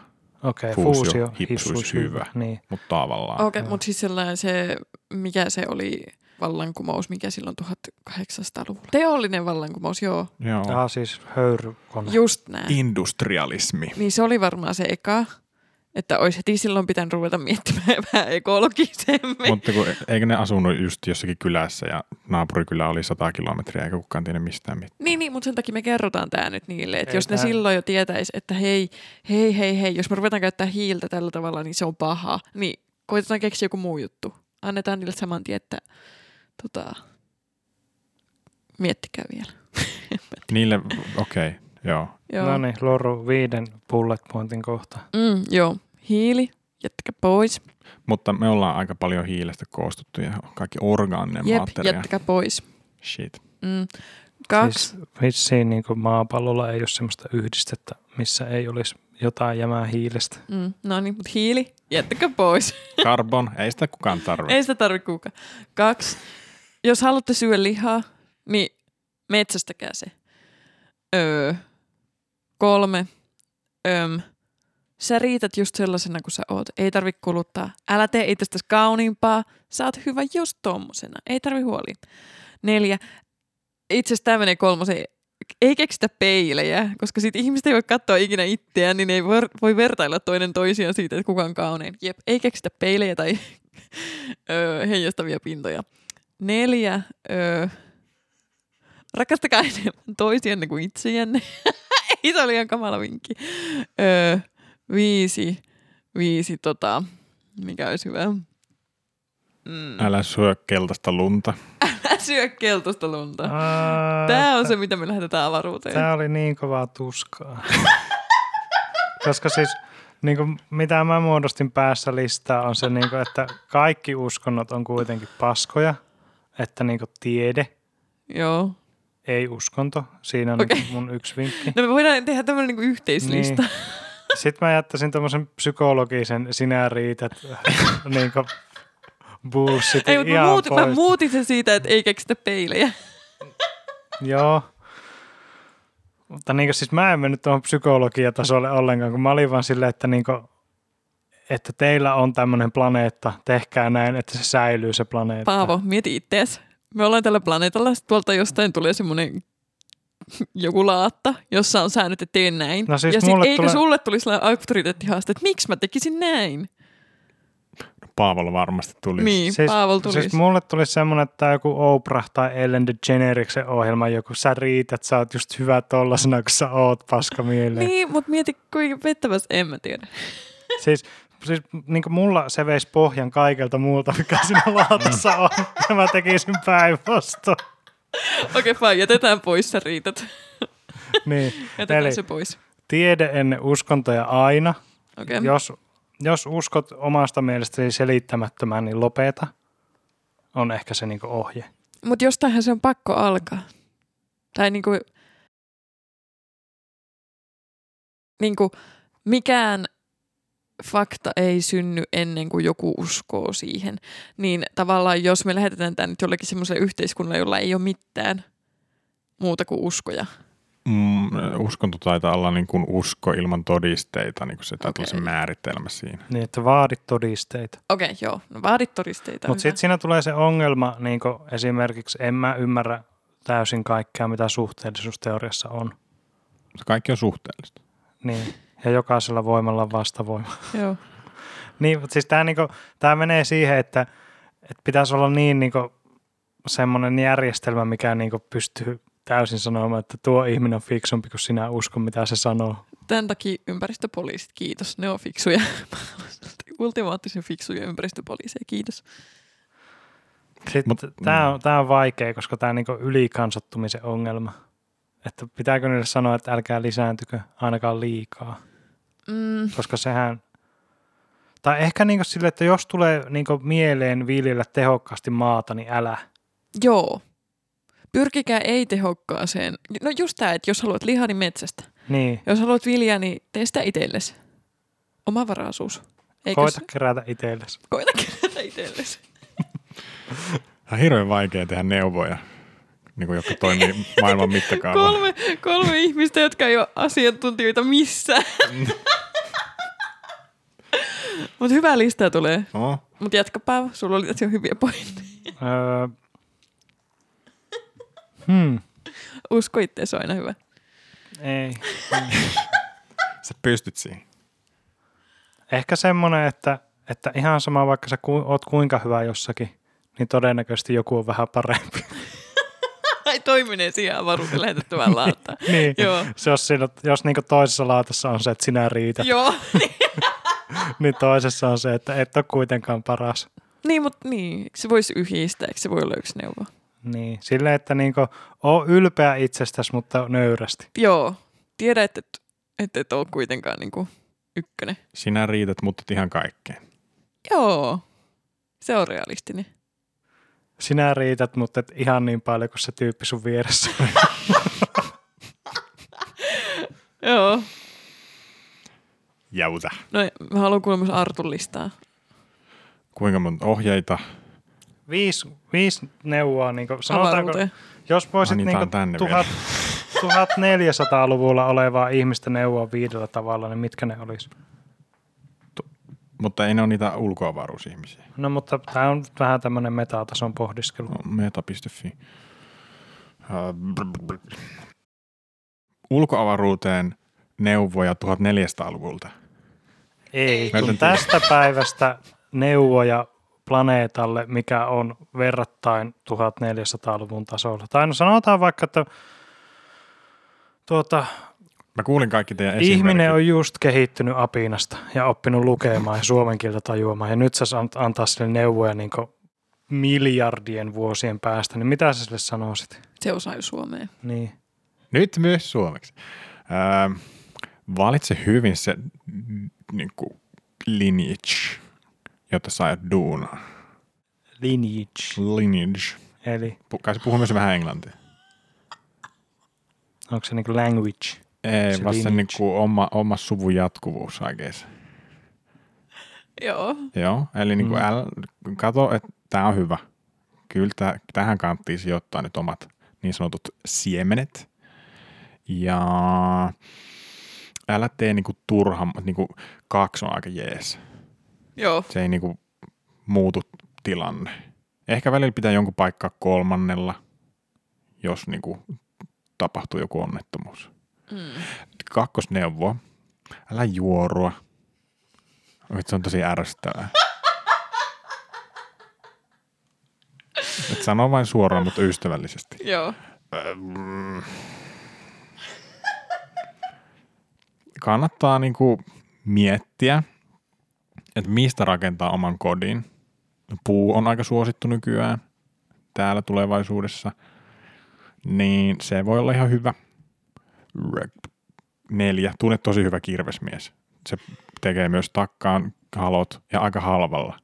S1: Okei, okay,
S2: Fuusio,
S1: fuusio, fuusio
S2: hipsuus, hyvä.
S1: Niin.
S2: mutta tavallaan.
S3: Okei,
S1: joo.
S3: okay, mutta siis sellainen se, mikä se oli vallankumous, mikä silloin 1800-luvulla. Teollinen vallankumous, joo.
S2: Joo.
S1: Ah, siis höyrykone.
S3: Just näin.
S1: Niin.
S2: Industrialismi.
S3: Niin se oli varmaan se eka, että olisi heti silloin pitänyt ruveta miettimään vähän ekologisemmin.
S2: Mutta kun, eikö ne asunut just jossakin kylässä ja naapurikylä oli 100 kilometriä eikä kukaan tiedä mistään mitään.
S3: Niin, niin, mutta sen takia me kerrotaan tämä nyt niille, että
S1: Ei
S3: jos ne
S1: tää-
S3: silloin jo tietäis, että hei, hei, hei, hei, jos me ruvetaan käyttää hiiltä tällä tavalla, niin se on paha, niin koitetaan keksiä joku muu juttu. Annetaan niille saman tien, että tota, miettikää vielä.
S2: Niille, okei, okay, joo.
S3: Joo.
S1: No niin, Loru viiden bullet pointin kohta.
S3: Mm, joo, hiili, jättäkää pois.
S2: Mutta me ollaan aika paljon hiilestä koostuttu ja kaikki orgaaninen
S3: Jep,
S2: materia.
S3: jättäkää pois.
S2: Shit.
S3: Mm. Kaksi.
S1: Siis vissiin niin maapallolla ei ole sellaista yhdistettä, missä ei olisi jotain jämää hiilestä.
S3: Mm, no niin, mutta hiili, jättäkää pois.
S2: Carbon, ei sitä kukaan tarvitse.
S3: Ei sitä tarvitse kukaan. Kaksi. Jos haluatte syödä lihaa, niin metsästäkää se. Öö. Kolme. Öm. Sä riität just sellaisena kuin sä oot. Ei tarvi kuluttaa. Älä tee itsestäsi kauniimpaa. Sä oot hyvä just tommosena. Ei tarvi huolia. Neljä. Itse asiassa tämä menee kolmoseen. Ei keksitä peilejä, koska sit ihmiset ei voi katsoa ikinä itseään, niin ne ei vor- voi vertailla toinen toisiaan siitä, että kuka on kaunein. Jep, ei keksitä peilejä tai öö, heijastavia pintoja. Neljä. Öö, rakastakaa enemmän toisianne kuin itseänne. Ei, se oli ihan kamala vinkki. Öö, viisi. Viisi, tota, mikä olisi hyvä? Mm.
S2: Älä syö keltaista lunta.
S3: Älä syö keltaista lunta.
S1: Aa,
S3: Tämä on se, mitä me lähdetään avaruuteen.
S1: Tämä oli niin kovaa tuskaa. Koska siis niin kuin, mitä mä muodostin päässä listaa on se, niin kuin, että kaikki uskonnot on kuitenkin paskoja, että niin kuin, tiede,
S3: Joo.
S1: ei uskonto. Siinä on
S3: Okei.
S1: okay. mun yksi vinkki.
S3: No me voidaan tehdä tämmöinen niinku yhteislista. Niin.
S1: Sitten mä jättäisin tämmöisen psykologisen sinä riität niin kuin, bullshitin
S3: Ei, mutta mä,
S1: ihan
S3: muut, mä
S1: pois.
S3: muutin sen siitä, että ei keksitä peilejä.
S1: Joo. Mutta niin siis mä en mennyt tuohon psykologiatasolle ollenkaan, kun mä olin vaan silleen, että, niin kuin, että teillä on tämmöinen planeetta, tehkää näin, että se säilyy se planeetta.
S3: Paavo, mieti ittees. Me ollaan tällä planeetalla, sit tuolta jostain tulee semmoinen joku laatta, jossa on säännöt, että teen näin.
S1: No siis
S3: ja sit
S1: mulle
S3: eikö
S1: tulee-
S3: sulle tulisi sellainen auktoriteettihaaste, että miksi mä tekisin näin?
S2: Paavolla varmasti tulisi.
S3: Niin, siis, Paavo tulisi.
S1: siis mulle tuli semmoinen, että joku Oprah tai Ellen DeGeneresin ohjelma, joku sä riität, sä oot just hyvä tollasena, kun sä oot paska mieleen.
S3: niin, mutta mieti kuinka pettävästi, en mä tiedä.
S1: Siis, siis niin mulla se veisi pohjan kaikelta muulta, mikä siinä laatassa on, ja mä tekisin päinvastoin.
S3: Okei, okay, fine, jätetään pois sä riitat.
S1: Niin.
S3: Jätetään
S1: Eli
S3: se pois.
S1: tiede ennen uskontoja aina.
S3: Okei, okay.
S1: Jos, jos uskot omasta mielestäsi selittämättömään, niin lopeta. On ehkä se niinku ohje.
S3: mutta jostainhan se on pakko alkaa. Tai niinku, niinku mikään fakta ei synny ennen kuin joku uskoo siihen. Niin tavallaan jos me lähetetään tämä nyt jollekin semmoiselle yhteiskunnalle, jolla ei ole mitään muuta kuin uskoja.
S2: Mm, uskonto taitaa olla niin kuin usko ilman todisteita, niin kuin se taitaa olla se
S3: Okei.
S2: määritelmä siinä.
S1: Niin, että vaadit todisteita.
S3: Okei, okay, joo. No vaadit todisteita.
S1: Mutta
S3: hyvä.
S1: sitten siinä tulee se ongelma, niin esimerkiksi en mä ymmärrä täysin kaikkea, mitä suhteellisuusteoriassa on.
S2: Se kaikki on suhteellista.
S1: Niin. Ja jokaisella voimalla on vastavoima.
S3: joo.
S1: Niin, mutta siis tämä niinku, tää menee siihen, että, että pitäisi olla niin niinku, semmoinen järjestelmä, mikä niinku pystyy täysin sanomaan, että tuo ihminen on fiksumpi kuin sinä uskon, mitä se sanoo.
S3: Tämän takia ympäristöpoliisit, kiitos. Ne on fiksuja. Ultimaattisen fiksuja ympäristöpoliiseja, kiitos.
S1: Sitten
S2: Mut-
S1: tämä on, tää on vaikea, koska tämä on niinku ylikansottumisen ongelma. Että pitääkö niille sanoa, että älkää lisääntykö ainakaan liikaa,
S3: Mm,
S1: koska sehän... Tai ehkä niinku sille, että jos tulee niinku mieleen viljellä tehokkaasti maata, niin älä.
S3: Joo. Pyrkikää ei-tehokkaaseen. No just tämä, että jos haluat lihaa, niin metsästä.
S1: Niin,
S3: Jos haluat viljaa, niin tee sitä itsellesi. Omavaraisuus. Eikös?
S1: koita kerätä itsellesi.
S3: Koita kerätä itsellesi.
S2: Tämä on hirveän vaikea tehdä neuvoja, niin kuin, jotka toimii maailman mittakaavalla.
S3: Kolme, kolme ihmistä, jotka ei ole asiantuntijoita missään. Mutta hyvää listaa tulee.
S2: Oh.
S3: Mutta jatkapa, sulla oli tässä jo hyviä pointteja.
S1: Öö. Hmm.
S3: Usko itse, se on aina hyvä.
S1: Ei.
S2: Sä pystyt siihen.
S1: Ehkä semmoinen, että, että ihan sama vaikka sä ku, oot kuinka hyvä jossakin, niin todennäköisesti joku on vähän parempi.
S3: Ai toiminen siihen avaruuteen lähetettävään laataan.
S1: niin.
S3: Joo.
S1: Se, jos siinä, jos niinku toisessa laatassa on se, että sinä riität,
S3: Joo.
S1: niin toisessa on se, että et ole kuitenkaan paras.
S3: niin, mutta niin. Eikö Se voisi yhdistää, eikö se voi olla yksi neuvo?
S1: Niin. Silleen, että niinku, oo ylpeä itsestäsi, mutta nöyrästi.
S3: Joo. Tiedä, että et, et, et ole kuitenkaan niinku ykkönen.
S2: Sinä riität mutta ihan kaikkeen.
S3: Joo. Se on realistinen.
S1: Sinä riität, mutta et ihan niin paljon kuin se tyyppi sun vieressä.
S3: Joo.
S2: Jäytä.
S3: No mä haluan kuulla myös Artun listaa.
S2: Kuinka monta ohjeita?
S1: viisi, viisi neuvoa, niinku, sanotaanko,
S3: Avaruuteen.
S1: jos voisit
S2: Annitaan
S1: niinku
S2: tänne
S1: tuhat, 1400-luvulla olevaa ihmistä neuvoa viidellä tavalla, niin mitkä ne olisi?
S2: Mutta ei ne ole niitä ulkoavaruusihmisiä.
S1: No mutta tämä on nyt vähän tämmöinen metatason pohdiskelu.
S2: No, meta.fi. Ää, brr, brr, brr. Ulkoavaruuteen neuvoja 1400-luvulta.
S1: Ei,
S2: Mä
S1: kun
S2: yritän
S1: tästä päivästä neuvoja planeetalle, mikä on verrattain 1400-luvun tasolla. Tai no sanotaan vaikka, että tuota,
S2: Mä kuulin kaikki teidän
S1: ihminen
S2: esimerkit.
S1: on just kehittynyt apinasta ja oppinut lukemaan ja suomen kieltä tajuamaan. Ja nyt sä saat antaa sille neuvoja niin miljardien vuosien päästä, niin mitä sä sille sanoisit?
S3: Se osaa jo suomea.
S1: Niin.
S2: Nyt myös suomeksi. Ää, valitse hyvin se niin kuin, lineage, jota sä aiot duunaa.
S1: Lineage.
S2: Lineage.
S1: Eli
S2: Pu- Kai se puhuu myös vähän englantia.
S1: onko se niin language?
S2: Ei,
S1: Se
S2: se vaan se
S1: lineage.
S2: niin kuin, oma, oma suvun jatkuvuus oikeassa.
S3: Joo.
S2: Joo, eli niin kuin,
S1: Mm.
S2: mm. älä, kato, että tämä on hyvä. Kyllä tää, tähän kanttiin sijoittaa nyt omat niin sanotut siemenet. Ja älä tee niin kuin, turha, niin kuin, kaksi on aika jees.
S3: Joo.
S2: se ei niinku muutu tilanne. Ehkä välillä pitää jonkun paikkaa kolmannella, jos niinku tapahtuu joku onnettomuus.
S3: Mm.
S2: Kakkosneuvo, älä juorua. Vitsi, se on tosi ärsyttävää. Et sano vain suoraan, mutta ystävällisesti.
S3: Joo.
S2: Ähm. Kannattaa niinku miettiä, että mistä rakentaa oman kodin. No, Puu on aika suosittu nykyään täällä tulevaisuudessa, niin se voi olla ihan hyvä. Rek- Neljä. Tunne tosi hyvä kirvesmies. Se tekee myös takkaan halot ja aika halvalla.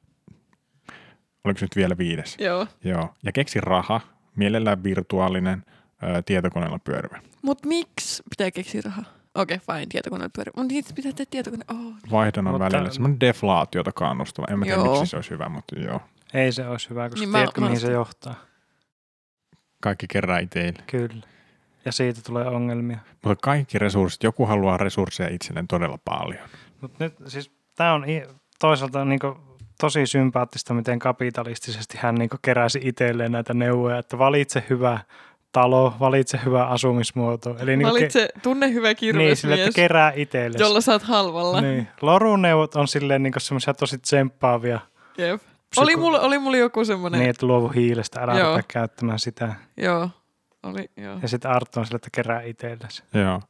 S2: Oliko se nyt vielä viides?
S3: Joo.
S2: Joo, ja keksi raha, mielellään virtuaalinen, ö, tietokoneella pyörivä.
S3: Mut miksi pitää keksiä rahaa? Okei, okay, fine, tietokoneella pyörii. Mut niitä pitää tehdä tietokone. Oh.
S2: Vaihdan on
S1: Mutta-
S2: välillä semmoinen deflaatiota kannustava. En mä tiedä,
S3: Joo.
S2: miksi se olisi hyvä, mutta joo.
S1: Ei se olisi hyvä, koska
S3: Niin
S1: niin
S3: mä-
S1: tiedätkö
S3: mä
S1: mihin
S3: ajattelin.
S1: se johtaa.
S2: Kaikki kerää itseille.
S1: Kyllä. Ja siitä tulee ongelmia.
S2: Mutta kaikki resurssit, joku haluaa resursseja itselleen todella paljon.
S1: Mutta nyt siis tämä on i- toisaalta niinku tosi sympaattista, miten kapitalistisesti hän niinku keräsi itselleen näitä neuvoja, että valitse hyvä talo, valitse hyvä asumismuoto. Eli niinku
S3: Valitse, tunne hyvä
S1: ke- niin, sille,
S3: kirvesmies,
S1: että kerää itsellesi.
S3: jolla saat halvalla.
S1: Niin. Lorun neuvot on silleen niinku semmoisia tosi tsemppaavia,
S3: Jep.
S1: Psyko-
S3: Oli, mulla, oli mulla joku semmonen.
S1: niin että luovu hiilestä, älä
S3: Joo.
S1: rupea käyttämään sitä.
S3: Joo. Oli, joo.
S1: Ja sitten Arttu on sille, että kerää itsellesi.
S2: Joo.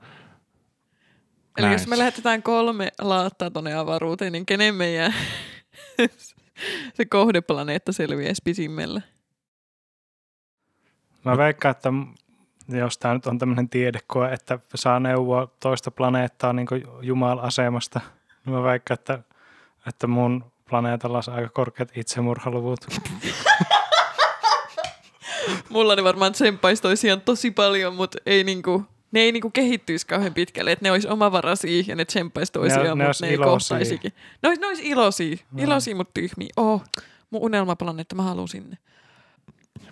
S3: Eli jos
S2: Nice.
S3: me lähetetään kolme laattaa tonne avaruuteen, niin kenen meidän se kohdeplaneetta selviäisi pisimmällä?
S1: Mä veikkaan, että m- jos tämä nyt on tämmöinen tiedekoe, että saa neuvoa toista planeettaa niin Jumal-asemasta, niin mä veikkaan, että, että mun planeetalla on aika korkeat itsemurhaluvut.
S3: Mulla ne varmaan tsemppaisi toisiaan tosi paljon, mutta ei niinku, ne ei niinku kehittyisi kauhean pitkälle, että ne olisi omavaraisia ja ne tsemppaisi toisiaan,
S1: ne
S3: ne,
S1: ois
S3: mutta ne ei
S1: iloisia.
S3: kohtaisikin. Ne olisi, ne olisi iloisia,
S1: No.
S3: iloisia, mutta tyhmiä. Oh, mun unelmaplaneetta, mä haluan sinne.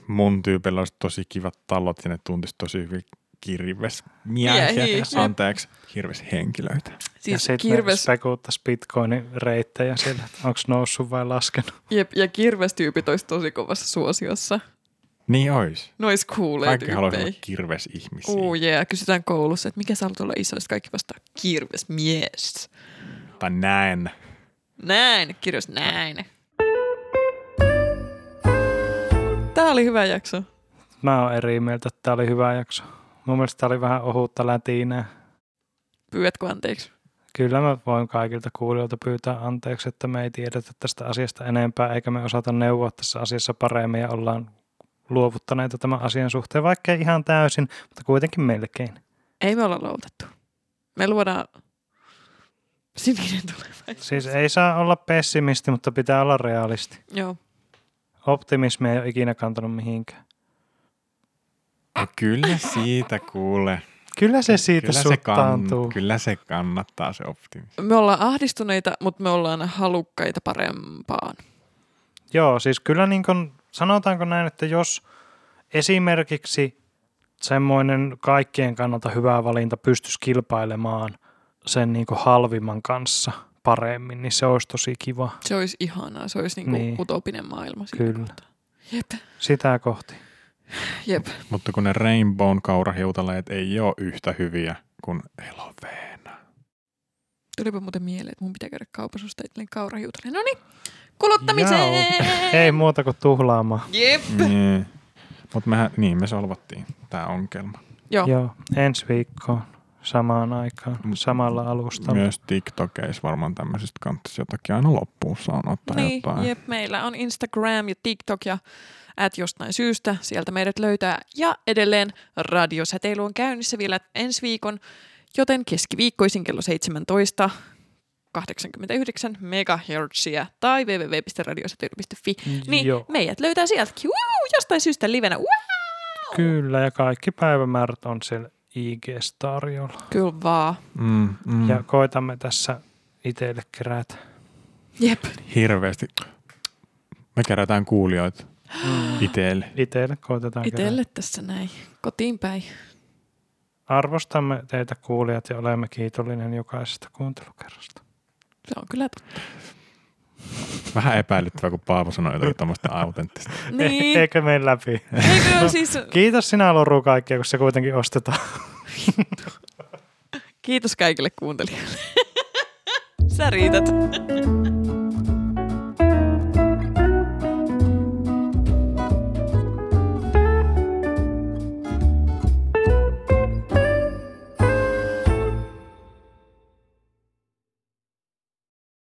S2: Mun tyypillä olisi tosi kivat talot ja ne tuntisi tosi hyvin kirves
S3: Miehiä.
S2: anteeksi, hirves henkilöitä.
S1: ja
S3: Siis
S1: sitten ne
S3: kirves,
S1: spekuuttaisi bitcoinin reittejä sillä, että onko noussut vai laskenut.
S3: jep, ja kirvestyypit olisi tosi kovassa suosiossa.
S2: Niin ois.
S3: Nois kuulee
S2: Kaikki haluaisi olla
S3: tyyppejä.
S2: kirvesihmisiä.
S3: Uu, oh, yeah. Kysytään koulussa, että mikä sä haluat olla iso, Sitten kaikki vastaa kirvesmies.
S2: Tai näen.
S3: Näin, kirjois näin. Tää oli hyvä jakso.
S1: Mä oon eri mieltä, että tämä oli hyvä jakso. Mun mielestä tämä oli vähän ohutta lätinää.
S3: Pyydätkö anteeksi?
S1: Kyllä mä voin kaikilta kuulijoilta pyytää anteeksi, että me ei tiedetä tästä asiasta enempää, eikä me osata neuvoa tässä asiassa paremmin ja ollaan luovuttaneita tämän asian suhteen, vaikka ei ihan täysin, mutta kuitenkin melkein.
S3: Ei me olla loutettu. Me luodaan sininen tulevaisuus.
S1: Siis ei saa olla pessimisti, mutta pitää olla realisti.
S3: Joo.
S1: Optimismi ei ole ikinä kantanut mihinkään.
S2: No kyllä siitä kuule.
S1: Kyllä se siitä
S2: Kyllä se,
S1: suttaantuu.
S2: kann- kyllä se kannattaa se optimismi.
S3: Me ollaan ahdistuneita, mutta me ollaan halukkaita parempaan.
S1: Joo, siis kyllä niin kuin, sanotaanko näin, että jos esimerkiksi semmoinen kaikkien kannalta hyvä valinta pystyisi kilpailemaan sen niin kuin halvimman kanssa paremmin, niin se olisi tosi kiva.
S3: Se olisi ihanaa, se olisi niinku
S1: Niin.
S3: niin. utopinen maailma. siinä
S1: Kyllä.
S3: kohtaa. Jep,
S1: Sitä kohti.
S3: jep.
S2: Mutta kun ne Rainbown kaurahiutaleet ei ole yhtä hyviä kuin eloveena.
S3: Tulipa muuten mieleen, että mun pitää käydä kaupassa ostaa itselleen kaurahiutaleen. No niin, kuluttamiseen!
S1: Ei muuta kuin tuhlaamaan.
S3: Jep.
S1: Niin.
S2: Yeah. Mutta mehän, niin me solvattiin tämä ongelma.
S3: Joo.
S1: Joo, ensi viikkoon samaan aikaan,
S2: Mm.
S1: samalla alustalla.
S2: Myös TikTokeissa varmaan tämmöisistä kannattaisi jotakin aina loppuun sanoa tai
S3: Niin,
S2: jotain.
S3: jep, meillä on Instagram ja TikTok ja at jostain syystä. Sieltä meidät löytää. Ja edelleen radiosäteily on käynnissä vielä ensi viikon, joten keskiviikkoisin kello 17. 89 megahertsiä tai www.radiosäteily.fi. Niin
S1: Joo,
S3: meidät löytää sieltäkin. Woo, jostain syystä livenä. Woo!
S1: kyllä, ja kaikki päivämäärät on siellä IG-tarjolla.
S3: Kyllä vaan.
S2: Mm, mm.
S1: Ja koitamme tässä itselle kerätä.
S3: Jep.
S2: Hirveästi. Me kerätään kuulijoita
S3: Mm.
S2: itselle.
S1: Itelle koitetaan
S3: Itelle tässä näin. Kotiin päin.
S1: Arvostamme teitä kuulijat ja olemme kiitollinen jokaisesta kuuntelukerrasta.
S3: Se on kyllä totta.
S2: Vähän epäilyttävää, kun Paavo sanoi jotakin tämmöistä autenttista.
S3: Niin.
S1: E- eikö mene läpi?
S3: Eikö siis...
S1: Kiitos sinä Loru kaikkia, kun se kuitenkin ostetaan.
S3: Kiitos kaikille kuuntelijoille. Sä riität.